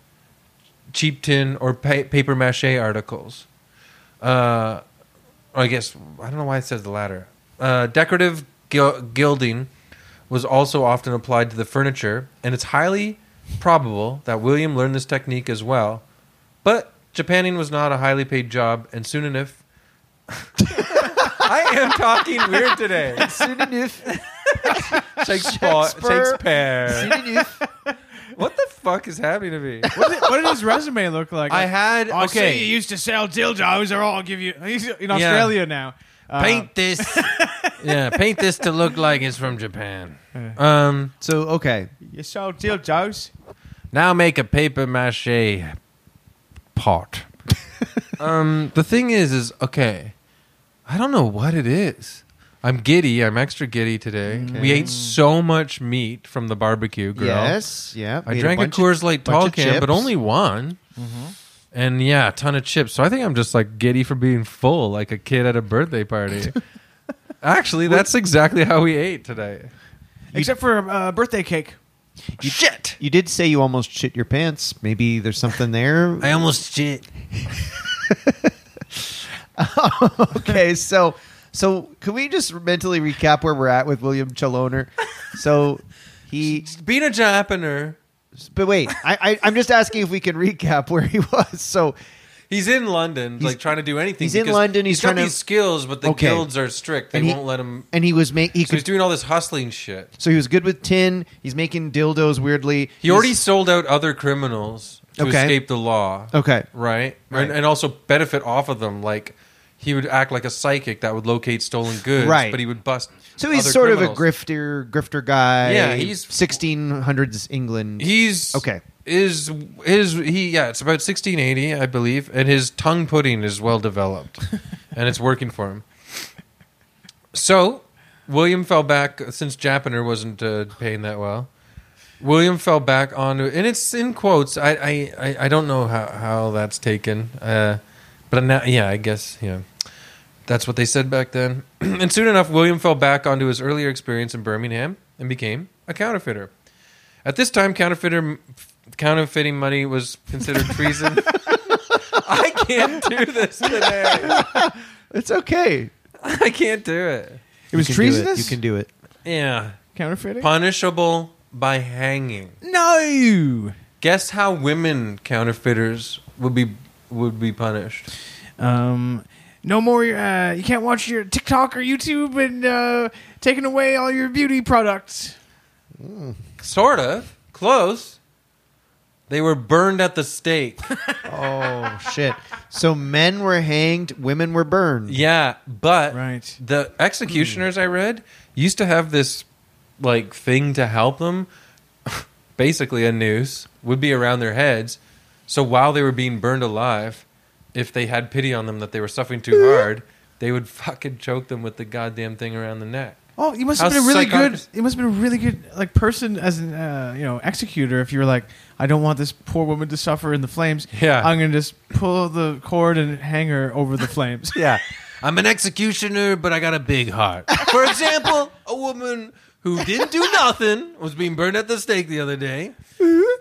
Speaker 1: cheap tin or pa- paper mache articles. Uh, I guess, I don't know why it says the latter. Uh, decorative gil- gilding was also often applied to the furniture, and it's highly probable that William learned this technique as well. But Japanning was not a highly paid job, and soon enough. I am talking weird today.
Speaker 2: Soon enough,
Speaker 1: Shakespeare.
Speaker 2: Shakespeare.
Speaker 1: Shakespeare.
Speaker 2: soon enough.
Speaker 1: What the fuck is happening to me?
Speaker 3: What did, what did his resume look like? Oh,
Speaker 1: I had
Speaker 3: I see you
Speaker 1: okay.
Speaker 3: used to sell dildos, or I'll give you. He's in
Speaker 1: Yeah.
Speaker 3: Australia now. Uh,
Speaker 1: Paint this. yeah, paint this to look like it's from Japan. Um,
Speaker 2: So okay,
Speaker 3: You sold dildos.
Speaker 1: Now make a paper mache pot. um, the thing is, is okay. I don't know what it is. I'm giddy. I'm extra giddy today. We ate so much meat from the barbecue grill.
Speaker 2: yes, yeah.
Speaker 1: I drank a, Coors Light
Speaker 2: bunch
Speaker 1: tall
Speaker 2: of
Speaker 1: can, but
Speaker 2: chips. Mm-hmm.
Speaker 1: only one. And yeah, a ton of chips. So I think I'm just like giddy for being full, like a kid at a birthday party. Actually, that's exactly how we ate today.
Speaker 3: Except for uh, birthday cake.
Speaker 1: Shit.
Speaker 2: You did say you almost shit your pants. Maybe there's something there.
Speaker 1: I almost shit.
Speaker 2: okay, so so can we just mentally recap where we're at with William Chaloner? So he,
Speaker 1: Being a Japaner
Speaker 2: but wait, I, I I'm just asking if we can recap where he was. So
Speaker 1: He's in London, like trying to do anything.
Speaker 2: he's in
Speaker 1: because
Speaker 2: London, he's
Speaker 1: he's got
Speaker 2: trying to-
Speaker 1: these skills, but the
Speaker 2: Okay.
Speaker 1: guilds are strict. They
Speaker 2: And he-
Speaker 1: won't let him.
Speaker 2: and he was make he
Speaker 1: So he's
Speaker 2: could
Speaker 1: doing all this hustling shit.
Speaker 2: so he was good with tin. He's making dildos weirdly.
Speaker 1: He already sold out other criminals to
Speaker 2: Okay.
Speaker 1: escape the law,
Speaker 2: okay.
Speaker 1: right?
Speaker 2: Right.
Speaker 1: And, and also benefit off of them. Like he would act like a psychic that would locate stolen goods,
Speaker 2: Right.
Speaker 1: But he would bust.
Speaker 2: So he's
Speaker 1: other
Speaker 2: sort
Speaker 1: criminals.
Speaker 2: of a grifter, grifter guy.
Speaker 1: Yeah, he's-
Speaker 2: 1600s England.
Speaker 1: He's
Speaker 2: Okay.
Speaker 1: Is is he? Yeah, it's about 1680, I believe, and his tongue pudding is well developed, and it's working for him. So, William fell back since Japaner wasn't uh, paying that well. William fell back onto, and it's in quotes. I I, I, I don't know how, how that's taken, uh, but now, yeah, I guess yeah, that's what they said back then. and soon enough, William fell back onto his earlier experience in Birmingham and became a counterfeiter. At this time, counterfeiter counterfeiting money was considered treason. I can't do this today.
Speaker 2: It's okay.
Speaker 1: I can't do it.
Speaker 3: It was
Speaker 2: You can do it.
Speaker 3: treasonous.
Speaker 2: You can do it.
Speaker 1: Yeah,
Speaker 3: counterfeiting.
Speaker 1: punishable by hanging.
Speaker 3: no.
Speaker 1: Guess how women counterfeiters would be would be punished.
Speaker 3: Um, no more. Uh, you can't watch your TikTok or YouTube and uh, taking away all your beauty products.
Speaker 1: Sort of close. They were burned at the stake.
Speaker 2: Oh shit! So men were hanged, women were burned.
Speaker 1: Yeah, but
Speaker 3: Right.
Speaker 1: the executioners I read used to have this like thing to help them. Basically, a noose would be around their heads. So while they were being burned alive, if they had pity on them that they were suffering too hard, they would fucking choke them with the goddamn thing around the neck.
Speaker 3: Oh, you must have
Speaker 1: How
Speaker 3: been a really good.
Speaker 1: psychotic-
Speaker 3: It must have been a really good like person as an uh, you know executor. If you were like, I don't want this poor woman to suffer in the flames.
Speaker 1: Yeah.
Speaker 3: I'm gonna just pull the cord and hang her over the flames.
Speaker 1: Yeah. I'm an executioner, but I got a big heart. For example, a woman who didn't do nothing was being burned at the stake the other day,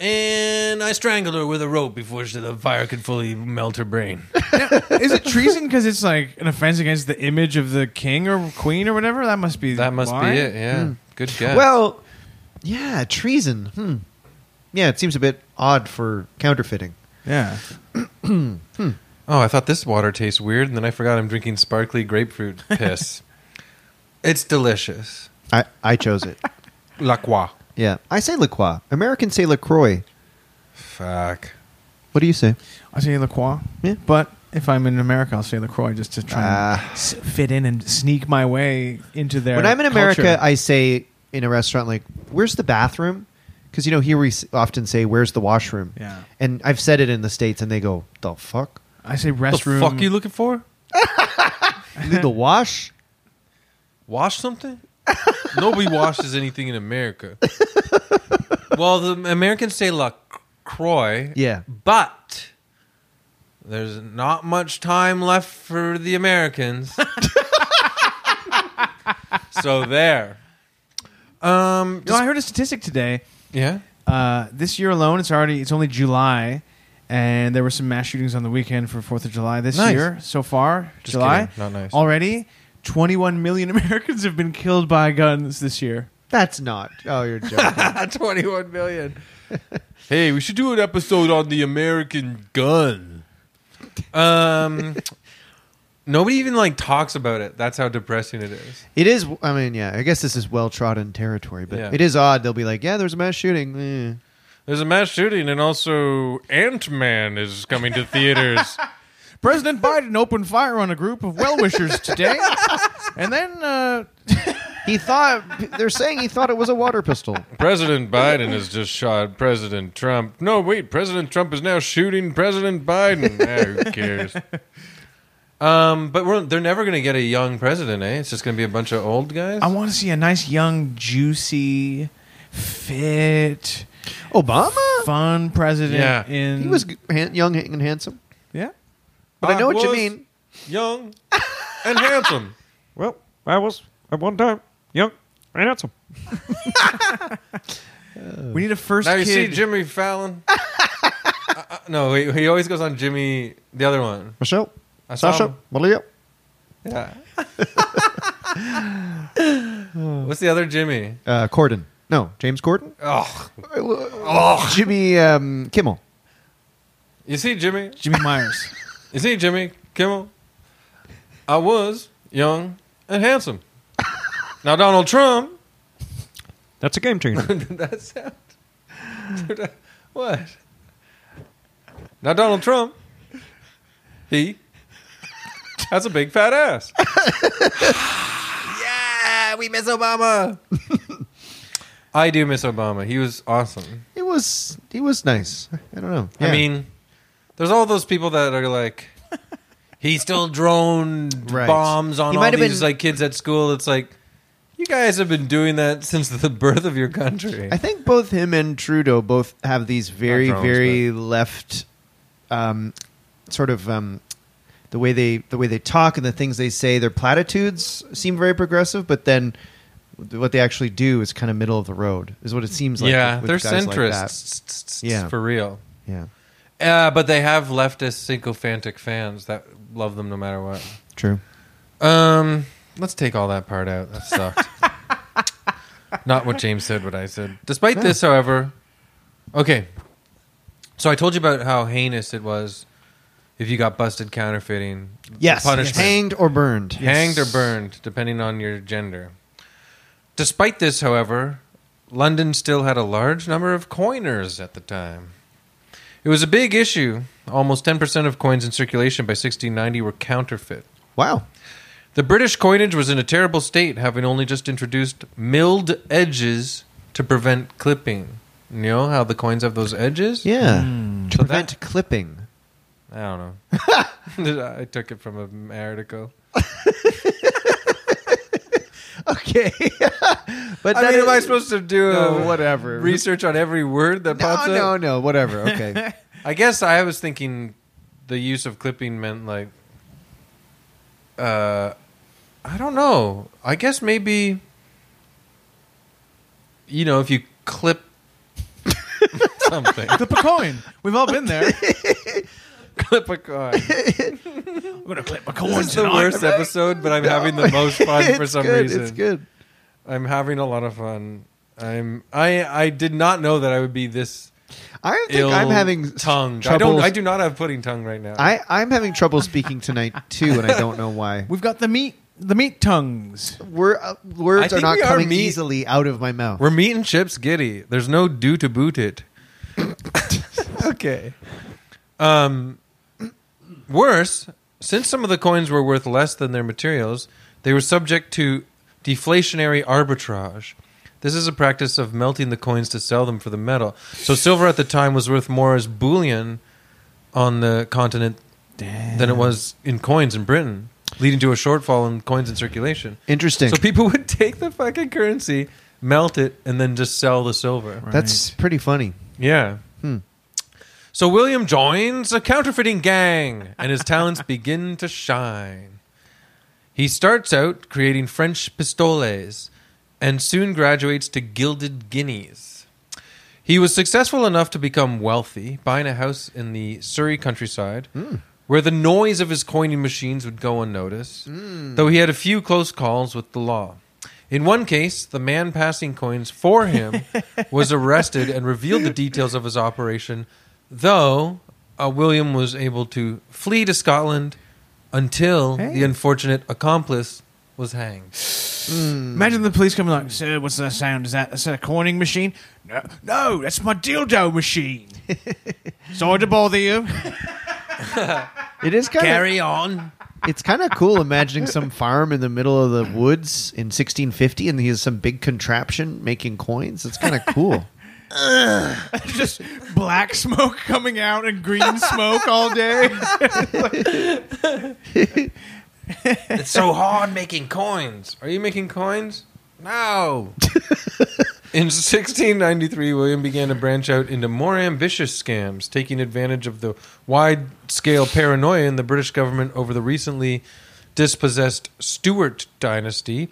Speaker 1: and I strangled her with a rope before she, the fire could fully melt her brain.
Speaker 3: Is it treason because it's like an offense against the image of the king or queen or whatever? That must be.
Speaker 1: That must
Speaker 3: why.
Speaker 1: be it, yeah. Good guess.
Speaker 2: Well, yeah, treason. Hmm. Yeah, it seems a bit odd for counterfeiting.
Speaker 3: Yeah.
Speaker 1: oh, I thought this water tastes weird, and then I forgot I'm drinking sparkly grapefruit piss. it's delicious.
Speaker 2: I I chose it.
Speaker 1: La croix.
Speaker 2: yeah, I say LaCroix. Americans say LaCroix.
Speaker 1: Fuck.
Speaker 2: What do you say?
Speaker 3: I say LaCroix.
Speaker 2: Yeah.
Speaker 3: But if I'm in America, I'll say LaCroix just to try and
Speaker 2: Ah.
Speaker 3: s- fit in and sneak my way into their.
Speaker 2: When I'm in America,
Speaker 3: culture.
Speaker 2: I say in a restaurant like, "Where's the bathroom?" Because you know here we s- often say, "Where's the washroom?"
Speaker 3: Yeah.
Speaker 2: and I've said it in the states, and they go, "The fuck,
Speaker 3: I say
Speaker 1: What
Speaker 3: restroom.
Speaker 1: the fuck you looking for?
Speaker 2: You need the wash."
Speaker 1: Wash something? Nobody washes anything in America. well, the Americans say La Croix.
Speaker 2: Yeah.
Speaker 1: But there's not much time left for the Americans. so there. Um.
Speaker 3: No, I heard a statistic today.
Speaker 1: Yeah.
Speaker 3: Uh, this year alone, it's already it's only July, and there were some mass shootings on the weekend for Fourth of July this
Speaker 1: Nice.
Speaker 3: year so far.
Speaker 1: Just
Speaker 3: July,
Speaker 1: kidding. Not nice.
Speaker 3: Already, twenty-one million Americans have been killed by guns this year.
Speaker 2: That's not. Oh, you're joking.
Speaker 1: 21 million. hey, we should do an episode on the American gun. Um. Nobody even like talks about it. That's how depressing it is.
Speaker 2: it is. I mean, yeah. I guess this is well trodden territory, but
Speaker 1: Yeah.
Speaker 2: it is odd. They'll be like, "Yeah, there's a mass shooting." Eh.
Speaker 1: There's a mass shooting, and also Ant Man is coming to theaters.
Speaker 3: President Biden opened fire on a group of well-wishers today, and then uh,
Speaker 2: He thought they're saying he thought it was a water pistol.
Speaker 1: President Biden has just shot President Trump. No, wait, President Trump is now shooting President Biden. Ah, who cares? Um, but we're, they're never going to get a young president, eh? It's just going to be a bunch of old guys.
Speaker 3: I want to see a nice, young, juicy, fit,
Speaker 2: Obama.
Speaker 3: fun president.
Speaker 1: Yeah.
Speaker 3: in
Speaker 2: He was g- han- young and handsome,
Speaker 3: yeah.
Speaker 2: but I know what you
Speaker 1: was
Speaker 2: mean.
Speaker 1: Young and handsome.
Speaker 8: Well, I was at one time young and handsome.
Speaker 3: We need a first
Speaker 1: Now you see
Speaker 3: kid.
Speaker 1: Jimmy Fallon. Uh, uh, no, he, he always goes on Jimmy, the other one.
Speaker 2: Michelle,
Speaker 1: I saw
Speaker 2: Sasha,
Speaker 1: him.
Speaker 2: Malia.
Speaker 1: Yeah. What's the other Jimmy?
Speaker 2: Uh, Corden. No, James Corden. Uh,
Speaker 1: Oh,
Speaker 2: Jimmy um, Kimmel.
Speaker 1: you see, Jimmy,
Speaker 3: Jimmy Myers.
Speaker 1: you see, Jimmy Kimmel. I was young and handsome. Now Donald Trump.
Speaker 8: That's a game changer.
Speaker 1: Did that sound? Did I- what? Now Donald Trump. He has a big fat ass. yeah, we miss Obama. I do miss Obama. He was awesome.
Speaker 2: He was he was nice. I don't know.
Speaker 1: I
Speaker 2: Yeah.
Speaker 1: mean, there's all those people that are like, he still droned
Speaker 2: Right.
Speaker 1: bombs on
Speaker 2: He
Speaker 1: all
Speaker 2: might
Speaker 1: these
Speaker 2: have been-
Speaker 1: like kids at school. It's like, you guys have been doing that since the birth of your country.
Speaker 2: I think both him and Trudeau both have these very
Speaker 1: drones,
Speaker 2: very left, um, sort of um, the way they the way they talk and the things they say. Their platitudes seem very progressive, but then what they actually do is kind of middle of the road. Is what it seems like.
Speaker 1: yeah,
Speaker 2: with- with
Speaker 1: they're
Speaker 2: guys like that.
Speaker 1: centrists.
Speaker 2: Yeah.
Speaker 1: for real.
Speaker 2: yeah,
Speaker 1: Uh, but they have leftist sycophantic fans that love them no matter what.
Speaker 2: true.
Speaker 1: Um, let's take all that part out. That sucked. Not what James said, what I said. Despite this, however, okay. So I told you about how heinous it was if you got busted counterfeiting.
Speaker 2: Yes,
Speaker 1: punishment.
Speaker 2: hanged or burned.
Speaker 1: hanged or burned, depending on your gender. Despite this, however, London still had a large number of coiners at the time. It was a big issue. Almost 10% of coins in circulation by 1690 were counterfeit.
Speaker 2: Wow.
Speaker 1: The British coinage was in a terrible state, having only just introduced milled edges to prevent clipping. You know how the coins have those edges?
Speaker 2: Yeah. To
Speaker 1: Hmm. So
Speaker 2: prevent clipping.
Speaker 1: I don't know. I took it from an article.
Speaker 2: Okay. but
Speaker 1: I
Speaker 2: that
Speaker 1: mean,
Speaker 2: is-
Speaker 1: am I supposed to do
Speaker 2: No,
Speaker 1: a-
Speaker 2: whatever.
Speaker 1: research on every word that
Speaker 2: no,
Speaker 1: pops up?
Speaker 2: no, no, whatever. Okay.
Speaker 1: I guess I was thinking the use of clipping meant like uh I don't know. I guess maybe you know, if you clip something.
Speaker 3: Clip a coin. We've all been there.
Speaker 1: clip a coin.
Speaker 3: I'm gonna clip a
Speaker 1: This
Speaker 3: coin
Speaker 1: is the worst episode, but I'm having the most fun for
Speaker 2: It's
Speaker 1: some
Speaker 2: good,
Speaker 1: reason.
Speaker 2: It's good.
Speaker 1: I'm having a lot of fun. I'm I I did not know that I would be this
Speaker 2: I don't think
Speaker 1: ill
Speaker 2: I'm having
Speaker 1: tongue. I
Speaker 2: trouble-
Speaker 1: don't I do not have pudding tongue right now.
Speaker 2: I, I'm having trouble speaking tonight too, and I don't know why.
Speaker 3: We've got the meat, the meat tongues.
Speaker 2: We're, uh,
Speaker 1: I
Speaker 2: words are
Speaker 1: think
Speaker 2: not
Speaker 1: we are
Speaker 2: coming
Speaker 1: meat-
Speaker 2: easily out of my mouth.
Speaker 1: We're meat and chips giddy. There's no do to boot it.
Speaker 3: Okay.
Speaker 1: Um, worse, since some of the coins were worth less than their materials, they were subject to deflationary arbitrage. This is a practice of melting the coins to sell them for the metal. So silver at the time was worth more as bullion on the continent than it was in coins in Britain, leading to a shortfall in coins in circulation.
Speaker 2: Interesting.
Speaker 1: So people would take the fucking currency, melt it, and then just sell the silver.
Speaker 2: That's pretty funny.
Speaker 1: Yeah.
Speaker 2: Hmm.
Speaker 1: So William joins a counterfeiting gang, and his talents begin to shine. He starts out creating French pistoles and soon graduates to gilded guineas. He was successful enough to become wealthy, buying a house in the Surrey countryside where the noise of his coining machines would go unnoticed, though he had a few close calls with the law. In one case, the man passing coins for him was arrested and revealed the details of his operation, though uh, William was able to flee to Scotland until the unfortunate accomplice was hanged.
Speaker 3: Imagine the police coming like, sir, what's that sound? Is that, is that a coining machine? No, no, that's my dildo machine. Sorry to bother you.
Speaker 2: It is kind of
Speaker 1: on.
Speaker 2: it's kind of cool imagining some farm in the middle of the woods in 1650, and he has some big contraption making coins. It's kind of cool.
Speaker 3: Just black smoke coming out and green smoke all day.
Speaker 1: It's so hard making coins. Are you making coins? No. In 1693, William began to branch out into more ambitious scams, taking advantage of the wide scale paranoia in the British government over the recently dispossessed Stuart dynasty.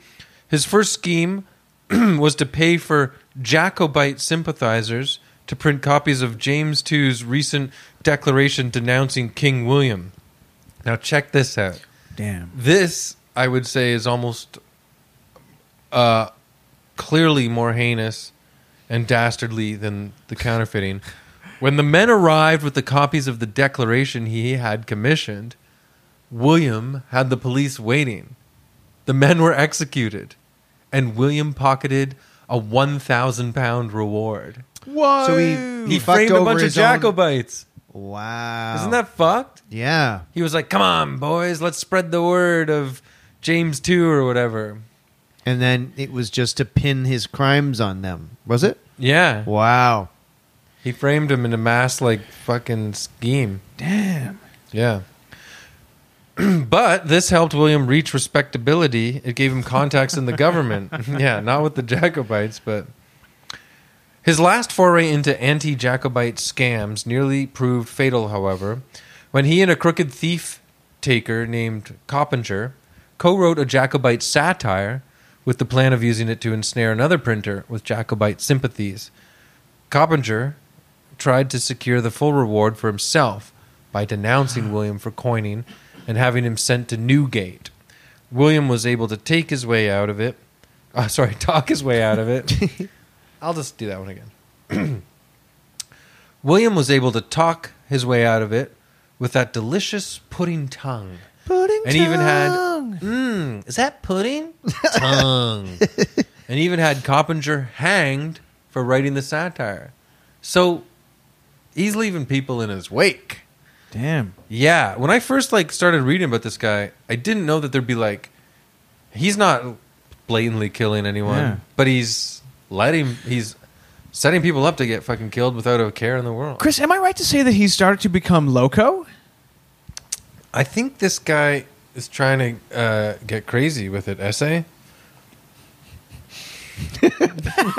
Speaker 1: His first scheme was to pay for Jacobite sympathizers to print copies of James II's recent declaration denouncing King William. Now, check this out
Speaker 3: Damn.
Speaker 1: this I would say is almost uh, clearly more heinous and dastardly than the counterfeiting. When the men arrived with the copies of the declaration he had commissioned, William had the police waiting. The men were executed, and William pocketed a one thousand pound reward.
Speaker 3: Whoa.
Speaker 2: So he-
Speaker 1: He
Speaker 2: fucked
Speaker 1: framed a
Speaker 2: over
Speaker 1: bunch of
Speaker 2: his own-
Speaker 1: Jacobites.
Speaker 2: Wow.
Speaker 1: Isn't that fucked?
Speaker 2: Yeah.
Speaker 1: He was like, "Come on, boys, let's spread the word of James two or whatever."
Speaker 2: And then it was just to pin his crimes on them, was it?
Speaker 1: Yeah.
Speaker 2: Wow.
Speaker 1: He framed him in a mass like fucking scheme.
Speaker 3: Damn.
Speaker 1: Yeah. but this helped William reach respectability. It gave him contacts in the government. yeah, not with the Jacobites, but his last foray into anti-Jacobite scams nearly proved fatal, however, when he and a crooked thief taker named Coppinger co wrote a Jacobite satire with the plan of using it to ensnare another printer with Jacobite sympathies. Coppinger tried to secure the full reward for himself by denouncing William for coining and having him sent to Newgate. William was able to take his way out of it. Uh, sorry, talk his way out of it. I'll just do that one again. William was able to talk his way out of it with that delicious pudding tongue. Pudding and even had mm, is that pudding tongue? and even had Coppinger hanged for writing the satire. So he's leaving people in his wake.
Speaker 3: Damn.
Speaker 1: Yeah, when I first like started reading about this guy, I didn't know that there'd be like he's not blatantly killing anyone,
Speaker 3: Yeah.
Speaker 1: but he's letting he's setting people up to get fucking killed without a care in the world.
Speaker 3: Chris, am I right to say that he started to become loco?
Speaker 1: I think this guy is trying to uh, get crazy with it. Essay.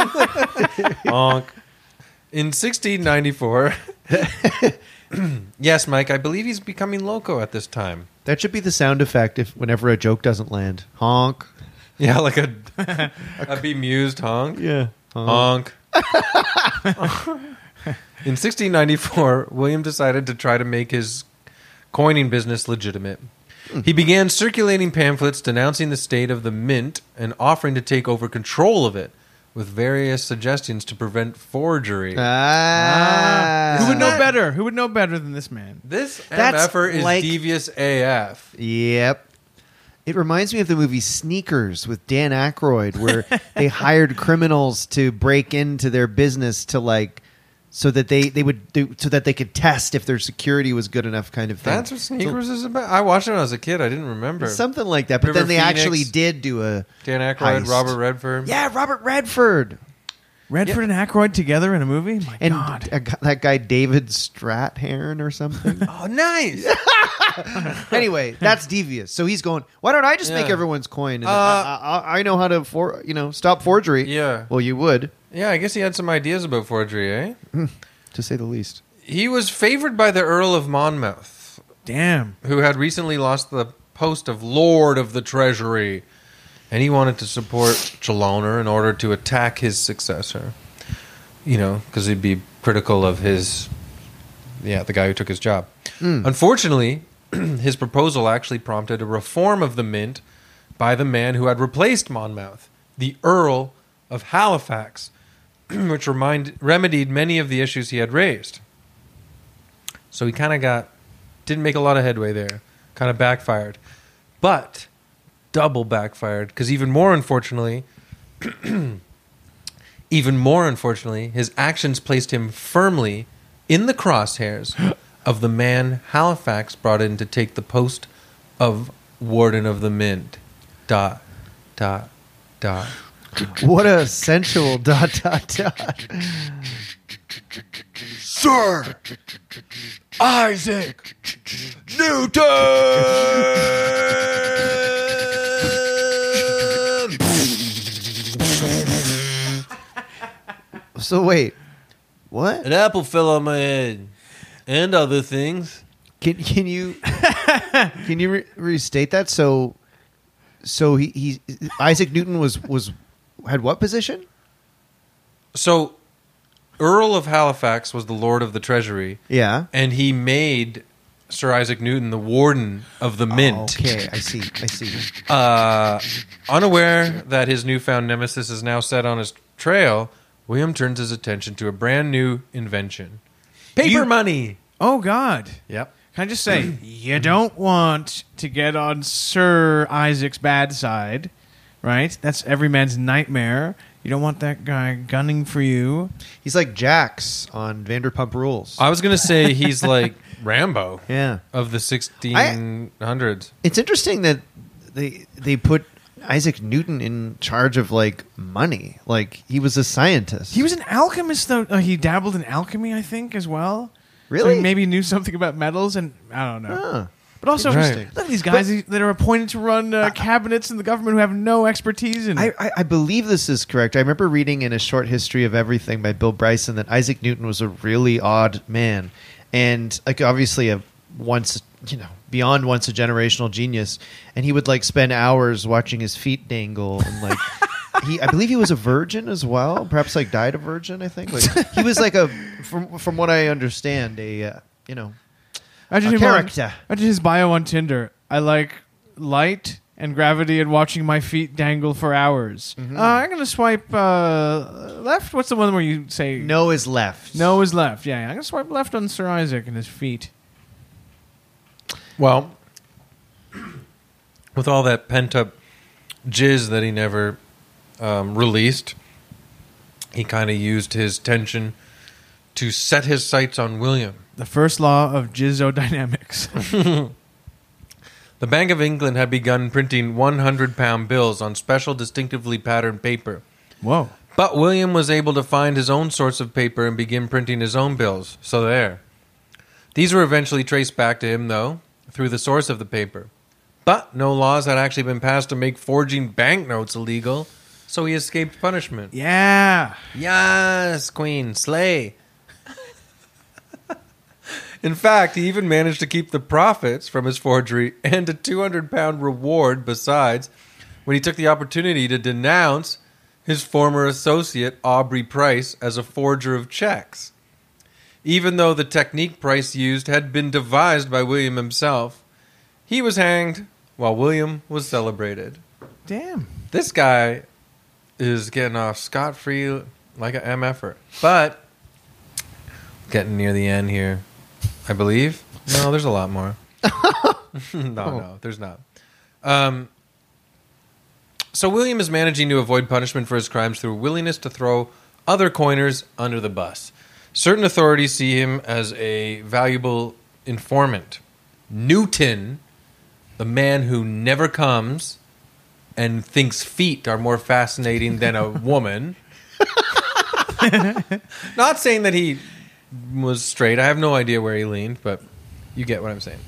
Speaker 1: Honk. In 1694. yes, Mike, I believe he's becoming loco at this time.
Speaker 2: That should be the sound effect if whenever a joke doesn't land. Honk.
Speaker 1: Yeah, like a, a bemused honk.
Speaker 2: Yeah. Uh-huh.
Speaker 1: Honk. In 1694, William decided to try to make his coining business legitimate.
Speaker 2: Hmm.
Speaker 1: He began circulating pamphlets denouncing the state of the mint and offering to take over control of it with various suggestions to prevent forgery.
Speaker 2: Uh, Ah.
Speaker 3: Who would know better? Who would know better than this man?
Speaker 1: this
Speaker 2: That's
Speaker 1: MFer is
Speaker 2: like-
Speaker 1: devious AF.
Speaker 2: Yep. It reminds me of the movie Sneakers with Dan Aykroyd, where they hired criminals to break into their business to like, so that they they would do, so that they could test if their security was good enough, kind of thing.
Speaker 1: That's what Sneakers is about. I watched it when I was a kid. I didn't remember.
Speaker 2: It's something like that. But
Speaker 1: River
Speaker 2: then they
Speaker 1: Phoenix.
Speaker 2: actually did do a
Speaker 1: Dan Aykroyd,
Speaker 2: heist.
Speaker 1: Robert Redford.
Speaker 2: yeah, Robert Redford
Speaker 3: Redford and Aykroyd together in a movie? My
Speaker 2: and
Speaker 3: God.
Speaker 2: a gu- that guy David Strathairn or something.
Speaker 1: Oh, nice.
Speaker 2: anyway, that's devious. So he's going. Why don't I just make
Speaker 1: Yeah. Uh,
Speaker 2: everyone's coin? And I, I, I know how to for you know stop forgery.
Speaker 1: Yeah.
Speaker 2: Well, you would
Speaker 1: yeah, I guess he had some ideas about forgery, eh?
Speaker 2: to say the least.
Speaker 1: He was favored by the Earl of Monmouth,
Speaker 3: Damn.
Speaker 1: who had recently lost the post of Lord of the Treasury, and he wanted to support Chaloner in order to attack his successor. You know, because he'd be critical of his, yeah, the guy who took his job. Unfortunately, his proposal actually prompted a reform of the mint by the man who had replaced Monmouth, the Earl of Halifax, which remind, remedied many of the issues he had raised. So he kind of got, didn't make a lot of headway there, kind of backfired. But double backfired, because even more unfortunately, even more unfortunately, his actions placed him firmly in the crosshairs of the man Halifax brought in to take the post of Warden of the Mint. Dot, dot, dot.
Speaker 2: What a sensual dot dot dot.
Speaker 1: Isaac Newton!
Speaker 2: So wait, what?
Speaker 1: An apple fell on my head. And other things.
Speaker 2: Can can you can you re- restate that? So so he, he Isaac Newton was was had what position?
Speaker 1: So, Earl of Halifax was the Lord of the Treasury,
Speaker 2: Yeah.
Speaker 1: and he made Sir Isaac Newton the Warden of the Mint.
Speaker 2: Oh, Okay, I see. I see.
Speaker 1: Uh, unaware that his newfound nemesis is now set on his trail, William turns his attention to a brand new invention paper money.
Speaker 3: Oh, God.
Speaker 1: Yep.
Speaker 3: Can I just say, you don't want to get on Sir Isaac's bad side, right? That's every man's nightmare. You don't want that guy gunning for you.
Speaker 2: He's like Jax on Vanderpump Rules.
Speaker 1: I was going to say he's like Rambo
Speaker 2: yeah.
Speaker 1: of the 1600s.
Speaker 2: It's interesting that they they put Isaac Newton in charge of like money. Like he was a scientist.
Speaker 3: He was an alchemist, though. Uh, he dabbled in alchemy, I think, as well.
Speaker 2: Really?
Speaker 3: So he maybe knew something about metals, and I don't know.
Speaker 2: Huh.
Speaker 3: But also,
Speaker 1: Interesting.
Speaker 3: look at these guys that are appointed to run uh, cabinets in the government who have no expertise in
Speaker 2: I, I, I believe this is correct. I remember reading in A Short History of Everything by Bill Bryson that Isaac Newton was a really odd man. And, like, obviously, a once you know, beyond once a generational genius, and he would like spend hours watching his feet dangle and like. He, I believe he was a virgin as well. Perhaps like died a virgin. I think like, he was like a, from from what I understand, a uh, you know
Speaker 3: Imagine
Speaker 2: A
Speaker 3: him on-
Speaker 2: character.
Speaker 3: imagine his bio on Tinder. I like light and gravity and watching my feet dangle for hours.
Speaker 2: Mm-hmm.
Speaker 3: Uh, I'm gonna swipe uh, left. What's the one where you say
Speaker 2: no is left.
Speaker 3: No is left. Yeah, yeah, I'm gonna swipe left on Sir Isaac and his feet.
Speaker 1: Well, with all that pent up jizz that he never um, released, he kind of used his tension to set his sights on William.
Speaker 3: The first law of jizzodynamics.
Speaker 1: The Bank of England had begun printing 100 pound bills on special distinctively patterned paper.
Speaker 3: Whoa.
Speaker 1: But William was able to find his own source of paper and begin printing his own bills, so there. These were eventually traced back to him, though, through the source of the paper. But no laws had actually been passed to make forging banknotes illegal, so he escaped punishment.
Speaker 3: Yeah.
Speaker 1: Yes, Queen, slay. In fact, he even managed to keep the profits from his forgery and a 200 pound reward besides when he took the opportunity to denounce his former associate, Aubrey Price, as a forger of checks. Even though the technique Price used had been devised by William himself, he was hanged while William was celebrated.
Speaker 3: Damn.
Speaker 1: This guy is getting off scot free like a MFer. But getting near the end here, I believe. No, there's a lot more. no, no, there's not. Um, so William is managing to avoid punishment for his crimes through a willingness to throw other coiners under the bus. Certain authorities see him as a valuable informant. Newton, the man who never comes and thinks feet are more fascinating than a woman. Not saying that he was straight. I have no idea where he leaned, but you get what I'm saying.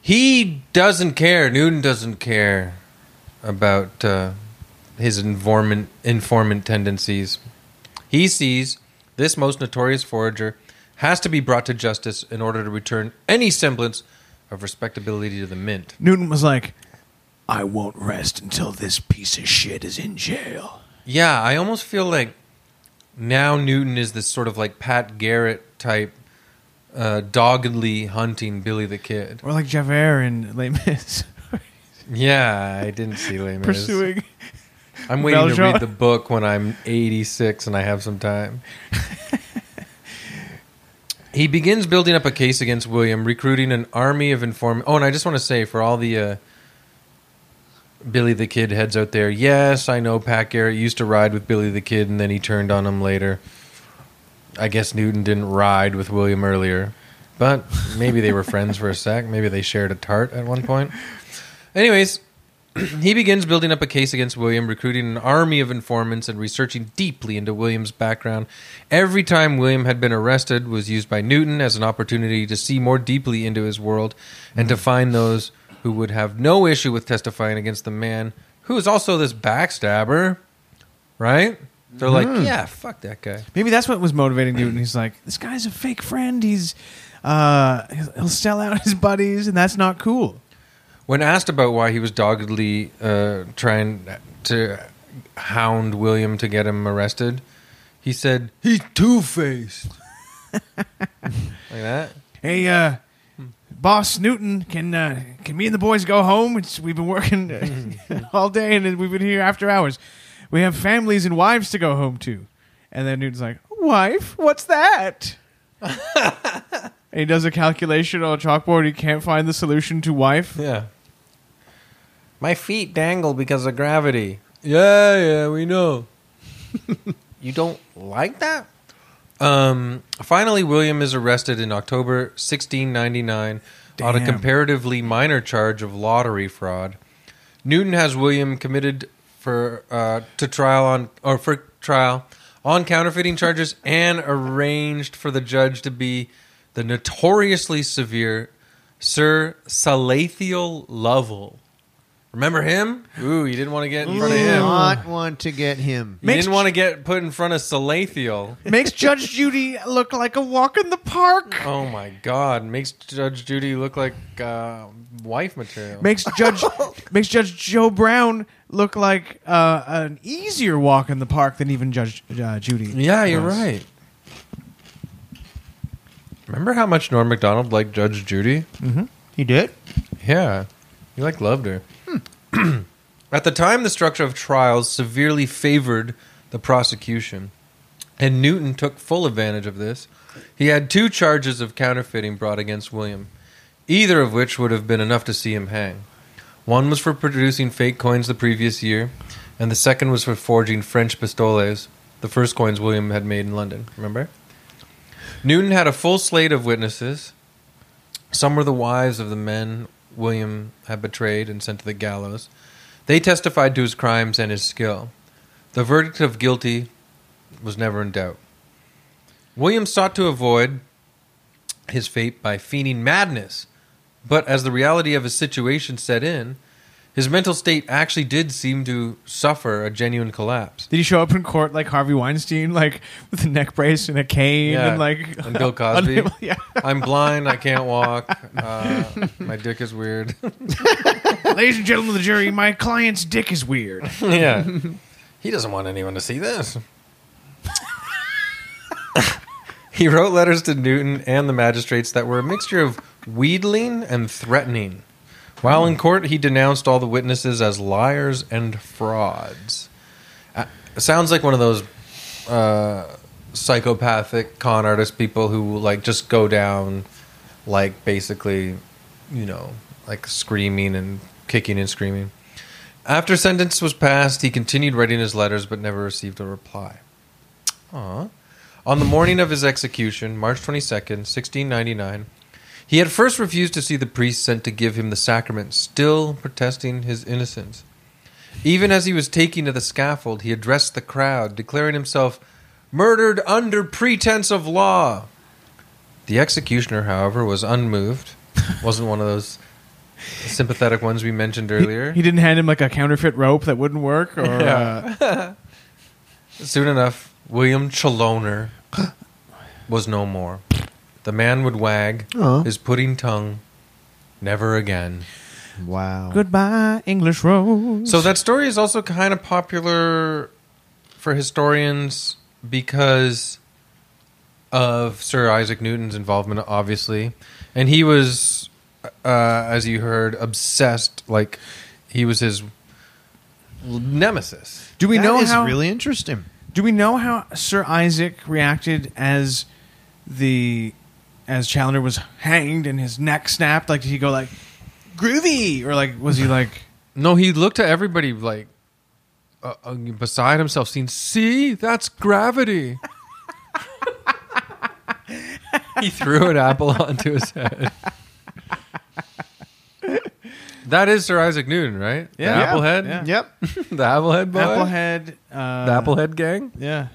Speaker 1: He doesn't care. Newton doesn't care about uh, his informant informant tendencies. He sees this most notorious forager has to be brought to justice in order to return any semblance of respectability to the mint.
Speaker 3: Newton was like, I won't rest until this piece of shit is in jail.
Speaker 1: Yeah, I almost feel like now Newton is this sort of like Pat Garrett type, uh, doggedly hunting Billy the Kid.
Speaker 3: Or like Javert in Les Mis,
Speaker 1: Yeah, I didn't see Les Mis.
Speaker 3: pursuing.
Speaker 1: I'm waiting to
Speaker 3: Valjean.
Speaker 1: read the book when I'm 86 and I have some time. he begins building up a case against William, recruiting an army of inform. Oh, and I just want to say for all the uh, Billy the Kid heads out there, yes, I know Pat Garrett used to ride with Billy the Kid and then he turned on him later. I guess Newton didn't ride with William earlier, but maybe they were friends for a sec. Maybe they shared a tart at one point. Anyways, he begins building up a case against William, recruiting an army of informants and researching deeply into William's background. Every time William had been arrested was used by Newton as an opportunity to see more deeply into his world and to find those who would have no issue with testifying against the man who is also this backstabber, right? They're like, yeah, fuck that guy.
Speaker 3: Maybe that's what was motivating Newton. He's like, this guy's a fake friend. He's, uh, he'll he'll sell out his buddies, and that's not cool.
Speaker 1: When asked about why he was doggedly uh, trying to hound William to get him arrested, he said, He's two faced. like that?
Speaker 3: Hey, uh, boss Newton, can uh, can me and the boys go home? It's, we've been working uh, all day, and then we've been here after hours. We have families and wives to go home to. And then Newton's like, "Wife, what's that?" and he does a calculation on a chalkboard. He can't find the solution to wife.
Speaker 1: Yeah. My feet dangle because of gravity. Yeah, yeah, we know. you don't like that? Um, finally, William is arrested in October 1699 on a
Speaker 3: Damn.
Speaker 1: comparatively minor charge of lottery fraud. Newton has William committed for uh, to trial on or for trial on counterfeiting charges and arranged for the judge to be the notoriously severe Sir Salathiel Lovell. Remember him? Ooh, you didn't want to get in front of
Speaker 2: Do
Speaker 1: him.
Speaker 2: not want to get him.
Speaker 1: You
Speaker 3: Makes-
Speaker 1: didn't want to get put in front of Salathiel.
Speaker 3: Makes Judge Judy look like a walk in the park.
Speaker 1: Oh my God! Makes Judge Judy look like uh, wife material.
Speaker 3: Makes Judge makes Judge Joe Brown look like uh, an easier walk in the park than even Judge uh, Judy.
Speaker 1: yeah, you're
Speaker 3: was.
Speaker 1: right. Remember how much Norm Macdonald liked Judge Judy?
Speaker 2: He did.
Speaker 1: Yeah, he like loved her. Hmm. At the time, the structure of trials severely favored the prosecution, and Newton took full advantage of this. He had two charges of counterfeiting brought against William, either of which would have been enough to see him hang. One was for producing fake coins the previous year, and the second was for forging French pistoles, the first coins William had made in London. Remember? Newton had a full slate of witnesses. Some were the wives of the men William had betrayed and sent to the gallows. They testified to his crimes and his skill. The verdict of guilty was never in doubt. William sought to avoid his fate by feigning madness, but as the reality of his situation set in, his mental state actually did seem to suffer a genuine collapse.
Speaker 3: Did he show up in court like Harvey Weinstein, like with a neck brace and a cane,
Speaker 1: Yeah,
Speaker 3: and like
Speaker 1: and Bill Cosby.
Speaker 3: unable- yeah,
Speaker 1: I'm blind, I can't walk, uh, my dick is weird.
Speaker 3: ladies and gentlemen of the jury, my client's dick is weird.
Speaker 1: yeah. He doesn't want anyone to see this. he wrote letters to Newton and the magistrates that were a mixture of wheedling and threatening. While in court, he denounced all the witnesses as liars and frauds. Uh, sounds like one of those uh, psychopathic con artist people who like just go down, like basically, you know, like screaming and kicking and screaming. After sentence was passed, he continued writing his letters but never received a reply. Aw. On the morning of his execution, March 22nd, 1699, he had first refused to see the priest sent to give him the sacrament, still protesting his innocence. Even as he was taken to the scaffold, he addressed the crowd, declaring himself murdered under pretense of law. The executioner, however, was unmoved. Wasn't one of those sympathetic ones we mentioned earlier.
Speaker 3: He didn't hand him like a counterfeit rope that wouldn't work, or uh,
Speaker 1: Soon enough, William Chaloner was no more. The man would wag
Speaker 2: Aw.
Speaker 1: his pudding tongue never again.
Speaker 2: Wow.
Speaker 3: goodbye English rose.
Speaker 1: So that story is also kind of popular for historians because of Sir Isaac Newton's involvement, obviously, and he was, uh, as you heard, obsessed. Like he was his nemesis.
Speaker 3: do we
Speaker 2: That
Speaker 3: know
Speaker 2: is
Speaker 3: how?
Speaker 2: really interesting.
Speaker 3: do we know how Sir Isaac reacted as the as Challoner was hanged and his neck snapped? Like, did he go like groovy, or like was he like?
Speaker 1: No, he looked at everybody like uh, uh, beside himself, seeing, see, that's gravity. he threw an apple onto his head. that is Sir Isaac Newton, right? The
Speaker 3: Yeah.
Speaker 1: Applehead?
Speaker 3: Yeah.
Speaker 2: Yep.
Speaker 1: the Applehead boy?
Speaker 3: Applehead. Uh,
Speaker 1: The Applehead gang?
Speaker 3: Yeah.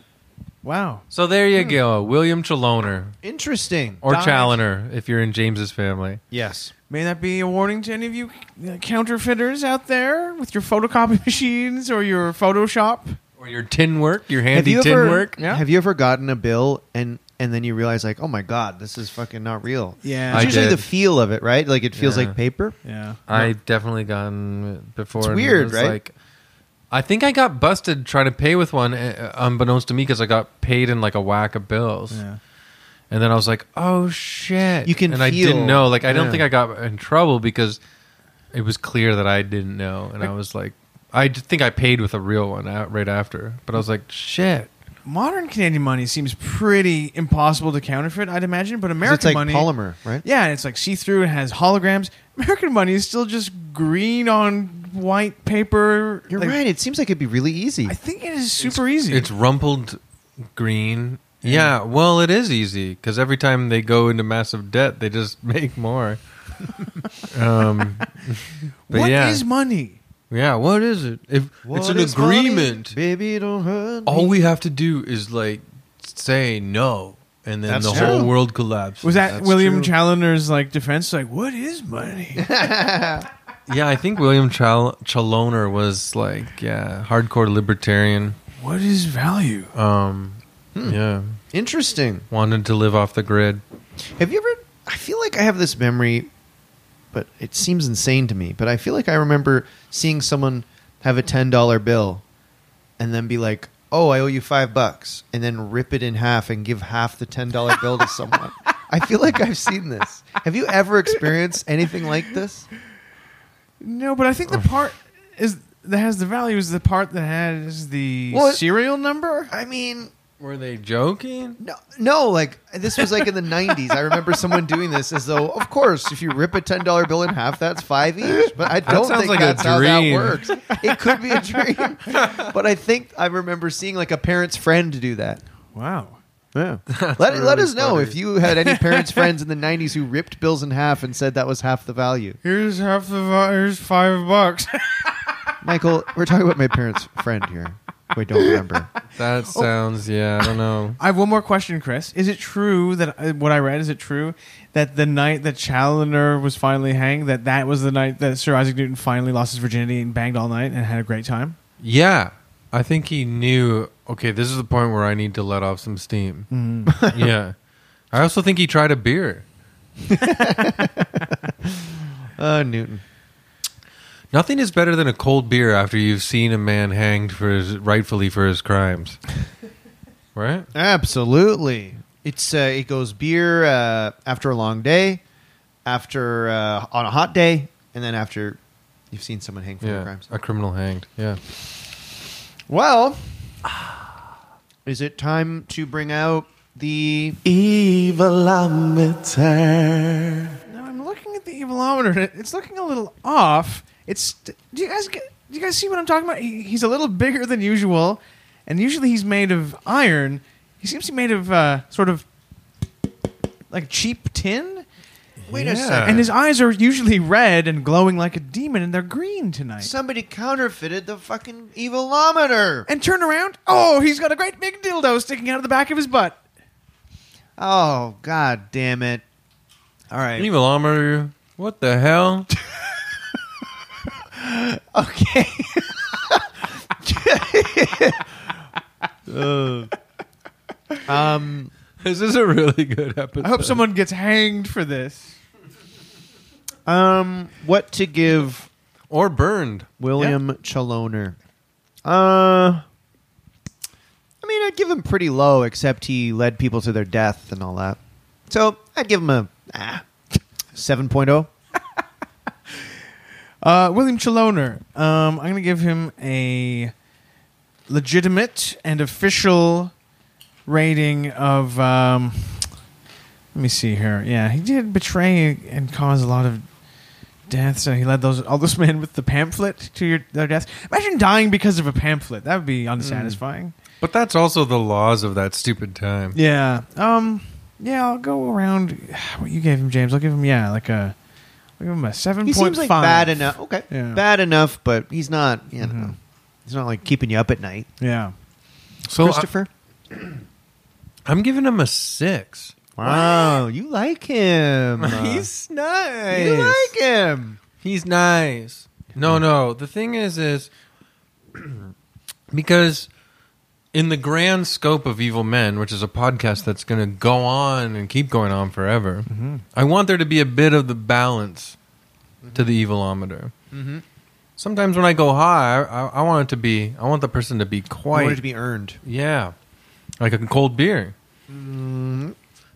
Speaker 3: Wow.
Speaker 1: So there you go. William Chaloner.
Speaker 2: Interesting.
Speaker 1: Or
Speaker 3: Died.
Speaker 1: Chaloner, if you're in James's family.
Speaker 2: Yes.
Speaker 3: May that be a warning to any of you uh, counterfeiters out there with your photocopy machines or your Photoshop.
Speaker 1: Or your tin work, your handy tin
Speaker 2: ever,
Speaker 1: work.
Speaker 3: Yeah.
Speaker 2: Have you ever gotten a bill and and then you realize like, oh my god, this is fucking not real?
Speaker 3: Yeah.
Speaker 2: It's
Speaker 1: I
Speaker 2: usually
Speaker 1: did.
Speaker 2: the feel of it, right? Like it feels
Speaker 1: Yeah.
Speaker 2: like paper.
Speaker 3: Yeah.
Speaker 1: I definitely gotten it before.
Speaker 2: It's
Speaker 1: and it
Speaker 2: weird,
Speaker 1: was
Speaker 2: right?
Speaker 1: Like, I think I got busted trying to pay with one, uh, unbeknownst to me, because I got paid in like a whack of bills,
Speaker 3: Yeah.
Speaker 1: and then I was like, "Oh shit!"
Speaker 2: You can
Speaker 1: and I
Speaker 2: feel-
Speaker 1: didn't know. Like, I don't
Speaker 2: yeah.
Speaker 1: think I got in trouble because it was clear that I didn't know, and I was like, I d- think I paid with a real one out right after, but I was like, "Shit."
Speaker 3: Modern Canadian money seems pretty impossible to counterfeit, I'd imagine, but
Speaker 2: 'Cause
Speaker 3: American
Speaker 2: It's like
Speaker 3: money.
Speaker 2: polymer, right?
Speaker 3: Yeah, it's like see through, it has holograms. American money is still just green on white paper.
Speaker 2: You're
Speaker 3: Like,
Speaker 2: right. It seems like it'd be really easy.
Speaker 3: I think it is super easy.
Speaker 1: It's rumpled green. Yeah, well, it is easy because every time they go into massive debt, they just make more. um, but
Speaker 3: What
Speaker 1: yeah,
Speaker 3: is money?
Speaker 1: yeah, what is it? If it's
Speaker 2: What
Speaker 1: an
Speaker 2: is funny?
Speaker 1: agreement, Oh.
Speaker 2: baby. Don't hurt.
Speaker 1: all we have to do is like say no, and then
Speaker 2: That's
Speaker 1: the
Speaker 2: true.
Speaker 1: whole world collapses.
Speaker 3: Was that
Speaker 1: That's
Speaker 3: William
Speaker 1: true.
Speaker 3: Challoner's like defense? Like, what is money?
Speaker 1: yeah, I think William Chal- Chaloner was like yeah, hardcore libertarian.
Speaker 3: What is value?
Speaker 1: Um,
Speaker 2: Hmm.
Speaker 1: Yeah,
Speaker 2: Interesting.
Speaker 1: wanted to live off the grid.
Speaker 2: Have you ever? I feel like I have this memory, but it seems insane to me. But I feel like I remember seeing someone have a ten dollar bill, and then be like, "Oh, I owe you five bucks," and then rip it in half and give half the ten dollar bill to someone. I feel like I've seen this. Have you ever experienced anything like this?
Speaker 3: No, but I think the part is that has the value is the part that has the
Speaker 2: Well, it-
Speaker 3: serial number.
Speaker 2: I mean,
Speaker 1: Were they joking?
Speaker 2: No, no, like this was like in the '90s. I remember someone doing this as though, of course, if you rip a ten dollar bill in half, that's five each. But I don't
Speaker 1: sounds
Speaker 2: think
Speaker 1: like a
Speaker 2: that's how that
Speaker 1: dream.
Speaker 2: works. It could be a dream, but I think I remember seeing like a parent's friend do that.
Speaker 3: Wow.
Speaker 2: Yeah. Let let
Speaker 1: really
Speaker 2: us know
Speaker 1: funny.
Speaker 2: if you had any parents' friends in the '90s who ripped bills in half and said that was half the value.
Speaker 3: Here's half the va- here's five bucks.
Speaker 2: Michael, we're talking about my parents' friend here. We don't remember.
Speaker 1: That
Speaker 2: Oh.
Speaker 1: sounds yeah. I don't know.
Speaker 3: I have one more question, Chris. Is it true that uh, what I read is it true that the night that Chaloner was finally hanged, that that was the night that Sir Isaac Newton finally lost his virginity and banged all night and had a great time?
Speaker 1: Yeah, I think he knew. Okay, this is the point where I need to let off some steam.
Speaker 2: Mm-hmm.
Speaker 1: yeah, I also think he tried a beer.
Speaker 2: Uh, Newton.
Speaker 1: Nothing is better than a cold beer after you've seen a man hanged for his rightfully for his crimes. right?
Speaker 2: Absolutely. It's uh, it goes beer uh, after a long day, after uh, on a hot day, and then after you've seen someone hang for their
Speaker 1: Yeah,
Speaker 2: crimes.
Speaker 1: a criminal hanged. Yeah.
Speaker 2: Well, is it time to bring out the?
Speaker 3: No, I'm looking at the evilometer. and it- It's looking a little off. It's do you guys get, do you guys see what I'm talking about? He, he's a little bigger than usual, and usually he's made of iron. He seems to be made of uh, sort of like cheap tin.
Speaker 2: Wait
Speaker 1: Yeah.
Speaker 2: a second.
Speaker 3: And his eyes are usually red and glowing like a demon, and they're green tonight.
Speaker 2: Somebody counterfeited the fucking evilometer.
Speaker 3: and turn around. Oh, he's got a great big dildo sticking out of the back of his butt.
Speaker 2: Oh god damn it! All right.
Speaker 1: Evil armor. What the hell?
Speaker 2: Okay. um.
Speaker 1: This is a really good episode.
Speaker 3: I hope someone gets hanged for this.
Speaker 2: Um. What to give?
Speaker 1: or burned.
Speaker 2: William Chaloner. Uh, I mean, I'd give him pretty low, except he led people to their death and all that. So I'd give him a ah, oh. 7.0.
Speaker 3: Uh, William Chaloner. Um, I'm going to give him a legitimate and official rating of. Um, let me see here. Yeah, he did betray and cause a lot of deaths, and he led those all those men with the pamphlet to your, their deaths. Imagine dying because of a pamphlet. That would be
Speaker 2: Hmm.
Speaker 3: unsatisfying.
Speaker 1: But that's also the laws of that stupid time.
Speaker 3: Yeah. Um. Yeah, I'll go around. What you gave him, James? I'll give him. Yeah, like a. I'll give him a seven
Speaker 2: He
Speaker 3: point five.
Speaker 2: seems like bad enough. Okay.
Speaker 3: Yeah.
Speaker 2: Bad enough, but he's not, you know, he's not like keeping you up at night.
Speaker 3: Yeah.
Speaker 1: So
Speaker 2: Christopher?
Speaker 1: I, am giving him a six. Uh,
Speaker 2: wow. You like him.
Speaker 1: He's nice.
Speaker 2: you like him.
Speaker 1: He's nice. No, no. The thing is, is because in the grand scope of Evil Men, which is a podcast that's going to go on and keep going on forever,
Speaker 2: Mm-hmm.
Speaker 1: I want there to be a bit of the balance to the
Speaker 2: Mm-hmm.
Speaker 1: evilometer. Sometimes when I go high, I, I, I want it to be. I want the person to be
Speaker 2: Wanted
Speaker 1: quite.
Speaker 2: to be earned.
Speaker 1: yeah, like a cold beer.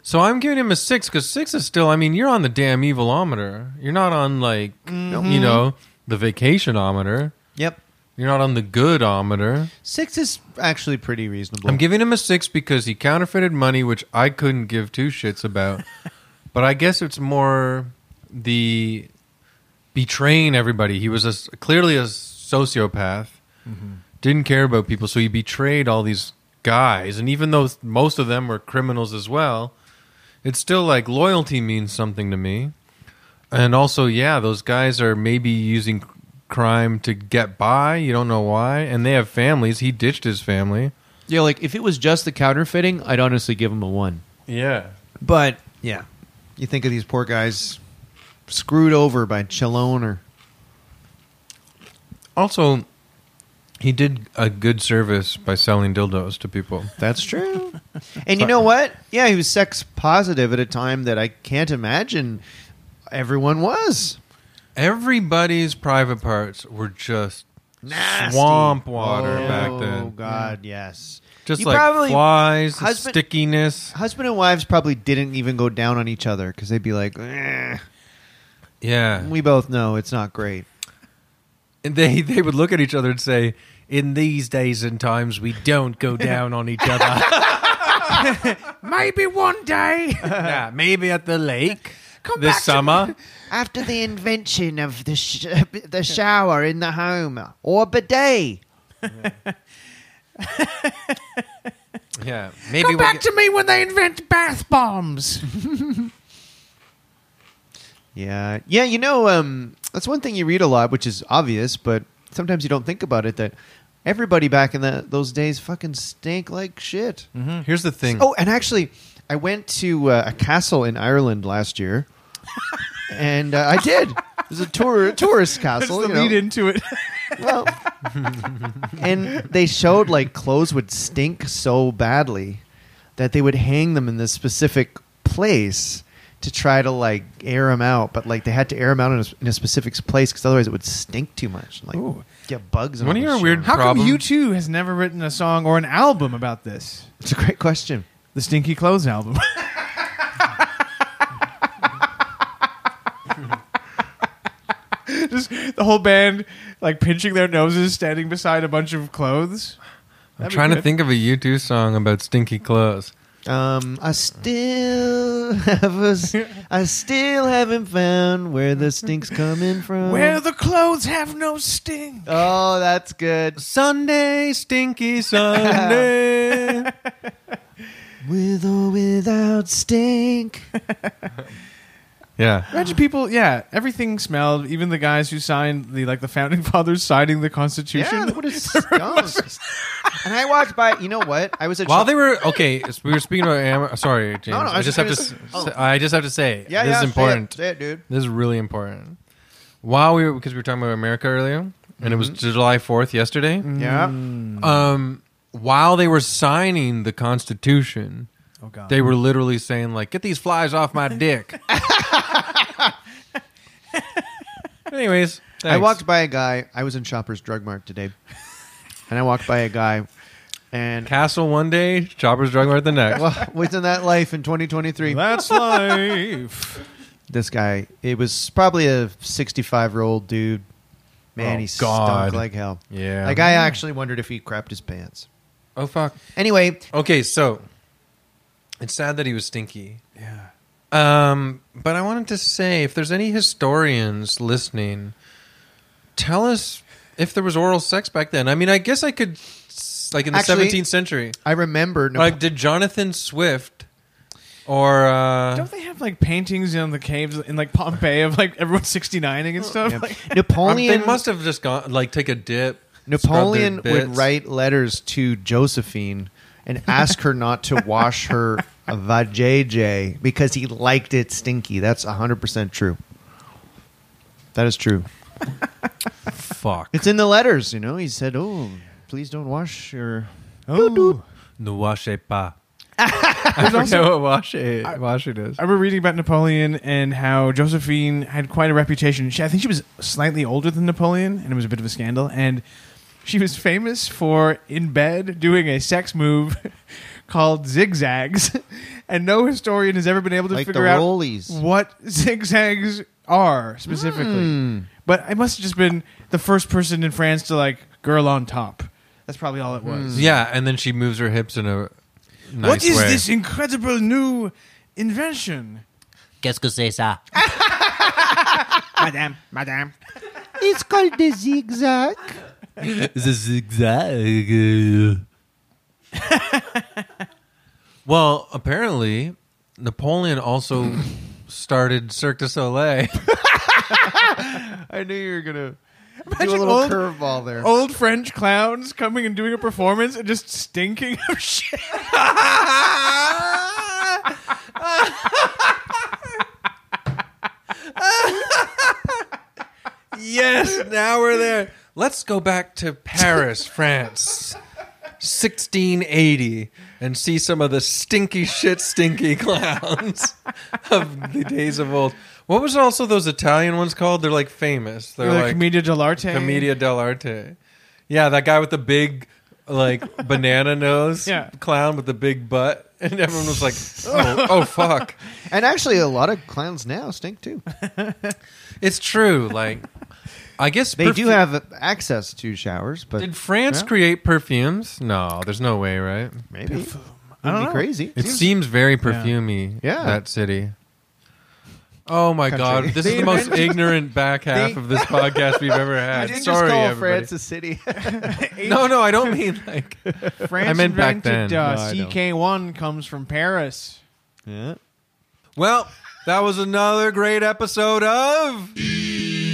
Speaker 1: So I'm giving him a six because six is still. I mean, you're on the damn evilometer. You're not on like you know the vacationometer.
Speaker 2: Yep.
Speaker 1: You're not on the goodometer.
Speaker 2: Six is actually pretty reasonable.
Speaker 1: I'm giving him a six because he counterfeited money, which I couldn't give two shits about. but I guess it's more the betraying everybody. He was a s clearly a sociopath, didn't care about people, so he betrayed all these guys. And even though s- most of them were criminals as well, it's still like loyalty means something to me. And also, yeah, those guys are maybe using c- crime to get by. You don't know why. And they have families. He ditched his family.
Speaker 2: yeah, like if it was just the counterfeiting, I'd honestly give him a one.
Speaker 1: Yeah.
Speaker 2: But yeah, you think of these poor guys screwed over by Chalone or
Speaker 1: Also, he did a good service by selling dildos to people.
Speaker 2: That's true. and you know what? Yeah, he was sex positive at a time that I can't imagine everyone was.
Speaker 1: Everybody's private parts were just
Speaker 2: Nasty.
Speaker 1: swamp water back
Speaker 2: Oh
Speaker 1: then.
Speaker 2: God, yes.
Speaker 1: Just
Speaker 2: You
Speaker 1: like
Speaker 2: probably-
Speaker 1: flies, the
Speaker 2: husband-
Speaker 1: stickiness.
Speaker 2: Husband and wives probably didn't even go down on each other because they'd be like, "Eh,
Speaker 1: Yeah.
Speaker 2: "We both know it's not great."
Speaker 1: And they they would look at each other and say, "In these days and times, we don't go down on each other.
Speaker 3: Maybe one day.
Speaker 1: Nah, maybe at the lake
Speaker 3: Come
Speaker 1: this
Speaker 3: back to-
Speaker 1: summer.
Speaker 2: After the invention of the sh- the shower in the home or bidet,
Speaker 1: yeah, maybe
Speaker 3: Come
Speaker 1: we'll
Speaker 3: back
Speaker 1: get-
Speaker 3: to me when they invent bath bombs.
Speaker 2: Yeah, yeah. You know, um, that's one thing you read a lot, which is obvious, but sometimes you don't think about it. That everybody back in the, those days fucking stank like shit.
Speaker 3: Mm-hmm.
Speaker 1: Mm, Here's the thing.
Speaker 2: Oh, and actually, I went to uh, a castle in Ireland last year, and uh, I did. It was a tour tourist castle.
Speaker 3: That's the
Speaker 2: you know.
Speaker 3: lead into it.
Speaker 2: Well, and they showed like clothes would stink so badly that they would hang them in this specific place to try to like air them out. But like they had to air them out in a, in a specific place because otherwise it would stink too much. Like
Speaker 3: Ooh.
Speaker 2: get bugs. and
Speaker 1: One of
Speaker 2: all this
Speaker 1: your
Speaker 2: shit.
Speaker 1: weird-
Speaker 3: How
Speaker 1: Problem.
Speaker 3: come you two has never written a song or an album about this?
Speaker 2: It's a great question.
Speaker 3: The Stinky Clothes album. Just the whole band like pinching their noses, standing beside a bunch of clothes.
Speaker 1: I'm trying to think of a U2 song about stinky clothes.
Speaker 2: Um, I still have a s- I still haven't found where the stink's coming from.
Speaker 3: Where the clothes have no sting.
Speaker 2: oh, that's good.
Speaker 1: Sunday, stinky Sunday.
Speaker 2: With or without stink.
Speaker 1: yeah.
Speaker 3: Imagine people, yeah, everything smelled. Even the guys who signed the like the founding fathers signing the Constitution.
Speaker 2: Yeah, what a skunk. and I walked by. You know what? I was a
Speaker 1: While
Speaker 2: chi-
Speaker 1: they were okay, s- we were speaking about. Am- sorry, James.
Speaker 2: no, I
Speaker 1: I,
Speaker 2: was
Speaker 1: just
Speaker 2: just
Speaker 1: have to.
Speaker 2: gonna
Speaker 1: s
Speaker 2: s- oh.
Speaker 1: s- I just have to say
Speaker 2: yeah,
Speaker 1: this
Speaker 2: yeah,
Speaker 1: is
Speaker 2: say it,
Speaker 1: important.
Speaker 2: Say it, dude.
Speaker 1: This is really important. While we were because we were talking about America earlier, and it was
Speaker 2: Mm-hmm.
Speaker 1: July Fourth yesterday.
Speaker 2: Yeah.
Speaker 1: Um, while they were signing the Constitution,
Speaker 3: oh god.
Speaker 1: they were literally saying like, "Get these flies off my dick." Anyways,
Speaker 2: I
Speaker 1: thanks.
Speaker 2: walked by a guy. I was in Shoppers Drug Mart today, and I walked by a guy, and
Speaker 1: Castle one day, Chopper's Drug Mart the next.
Speaker 2: well, wasn't that life in 2023?
Speaker 3: That's life.
Speaker 2: This guy, it was probably a 65 year old dude. Man,
Speaker 1: Oh,
Speaker 2: he
Speaker 1: God.
Speaker 2: stunk like hell.
Speaker 1: yeah.
Speaker 2: Like I actually wondered if he crapped his pants.
Speaker 1: oh fuck.
Speaker 2: Anyway,
Speaker 1: Okay, so it's sad that he was stinky.
Speaker 3: yeah.
Speaker 1: Um, but I wanted to say if there's any historians listening, tell us if there was oral sex back then. I mean, I guess I could s- like in the
Speaker 2: Actually-
Speaker 1: 17th century.
Speaker 2: I remember.
Speaker 1: Like did Jonathan Swift or uh
Speaker 3: Don't they have like paintings in the caves in like Pompeii of like everyone 69ing and stuff?
Speaker 2: Yeah.
Speaker 3: Like,
Speaker 1: I'm- um, they
Speaker 2: Napoleon
Speaker 1: must have just gone like take a dip.
Speaker 2: Napoleon
Speaker 1: scrub their
Speaker 2: would
Speaker 1: bits.
Speaker 2: write letters to Josephine and ask her not to wash her vajayjay because he liked it stinky. That's 100% true. That is true.
Speaker 1: fuck
Speaker 2: It's in the letters, you know. He said, "Oh, please don't wash your
Speaker 3: oh.
Speaker 1: no wash pas. I don't know what wash washing is.
Speaker 3: I remember reading about Napoleon and how Josephine had quite a reputation. She, I think she was slightly older than Napoleon, and it was a bit of a scandal. And she was famous for in bed doing a sex move called zigzags, and no historian has ever been able to
Speaker 2: Like the
Speaker 3: figure out
Speaker 2: rollies.
Speaker 3: what zigzags are specifically.
Speaker 2: Hmm.
Speaker 3: But I must have just been the first person in France to like girl on top. That's probably all it was.
Speaker 1: Yeah, and then she moves her hips in a
Speaker 2: Hmm.
Speaker 1: nice
Speaker 3: what is
Speaker 1: way.
Speaker 3: this incredible new invention?
Speaker 6: Qu'est-ce que c'est ça?
Speaker 3: Madame, madame.
Speaker 2: It's called the zigzag.
Speaker 1: the zigzag. well, apparently, Napoleon also started Cirque du Soleil.
Speaker 2: I knew you were gonna do a
Speaker 3: Imagine
Speaker 2: little
Speaker 3: old-
Speaker 2: curveball there.
Speaker 3: old French clowns coming and doing a performance and just stinking of shit.
Speaker 1: yes, now we're there. Let's go back to Paris, France, 1680, and see some of the stinky shit, stinky clowns of the days of old. What was also those Italian ones called? They're like famous. They're
Speaker 3: the
Speaker 1: like
Speaker 3: Commedia dell'arte.
Speaker 1: Commedia dell'arte. Yeah, that guy with the big like banana nose
Speaker 3: Yeah.
Speaker 1: clown with the big butt, and everyone was like, "Oh, oh fuck."
Speaker 2: And actually, a lot of clowns now stink too.
Speaker 1: It's true. Like, I guess
Speaker 2: They do
Speaker 1: perfu-
Speaker 2: have access to showers, but
Speaker 1: Did France
Speaker 2: Yeah.
Speaker 1: create perfumes? No, there's no way, right?
Speaker 2: maybe it'd
Speaker 3: I don't
Speaker 2: be
Speaker 3: know.
Speaker 2: crazy.
Speaker 1: It seems, very perfumey.
Speaker 2: Yeah.
Speaker 1: that city. Oh my god,
Speaker 2: Country.
Speaker 1: this is the most ignorant back half
Speaker 3: They-
Speaker 1: of this podcast we've ever had.
Speaker 2: didn't
Speaker 1: Sorry,
Speaker 2: just call
Speaker 1: everybody.
Speaker 2: France a city.
Speaker 1: No, no, I don't mean like.
Speaker 3: France
Speaker 1: I meant back
Speaker 3: invented,
Speaker 1: then.
Speaker 3: Uh,
Speaker 1: No, I know.
Speaker 3: CK1 comes from Paris.
Speaker 2: yeah.
Speaker 1: Well, that was another great episode of.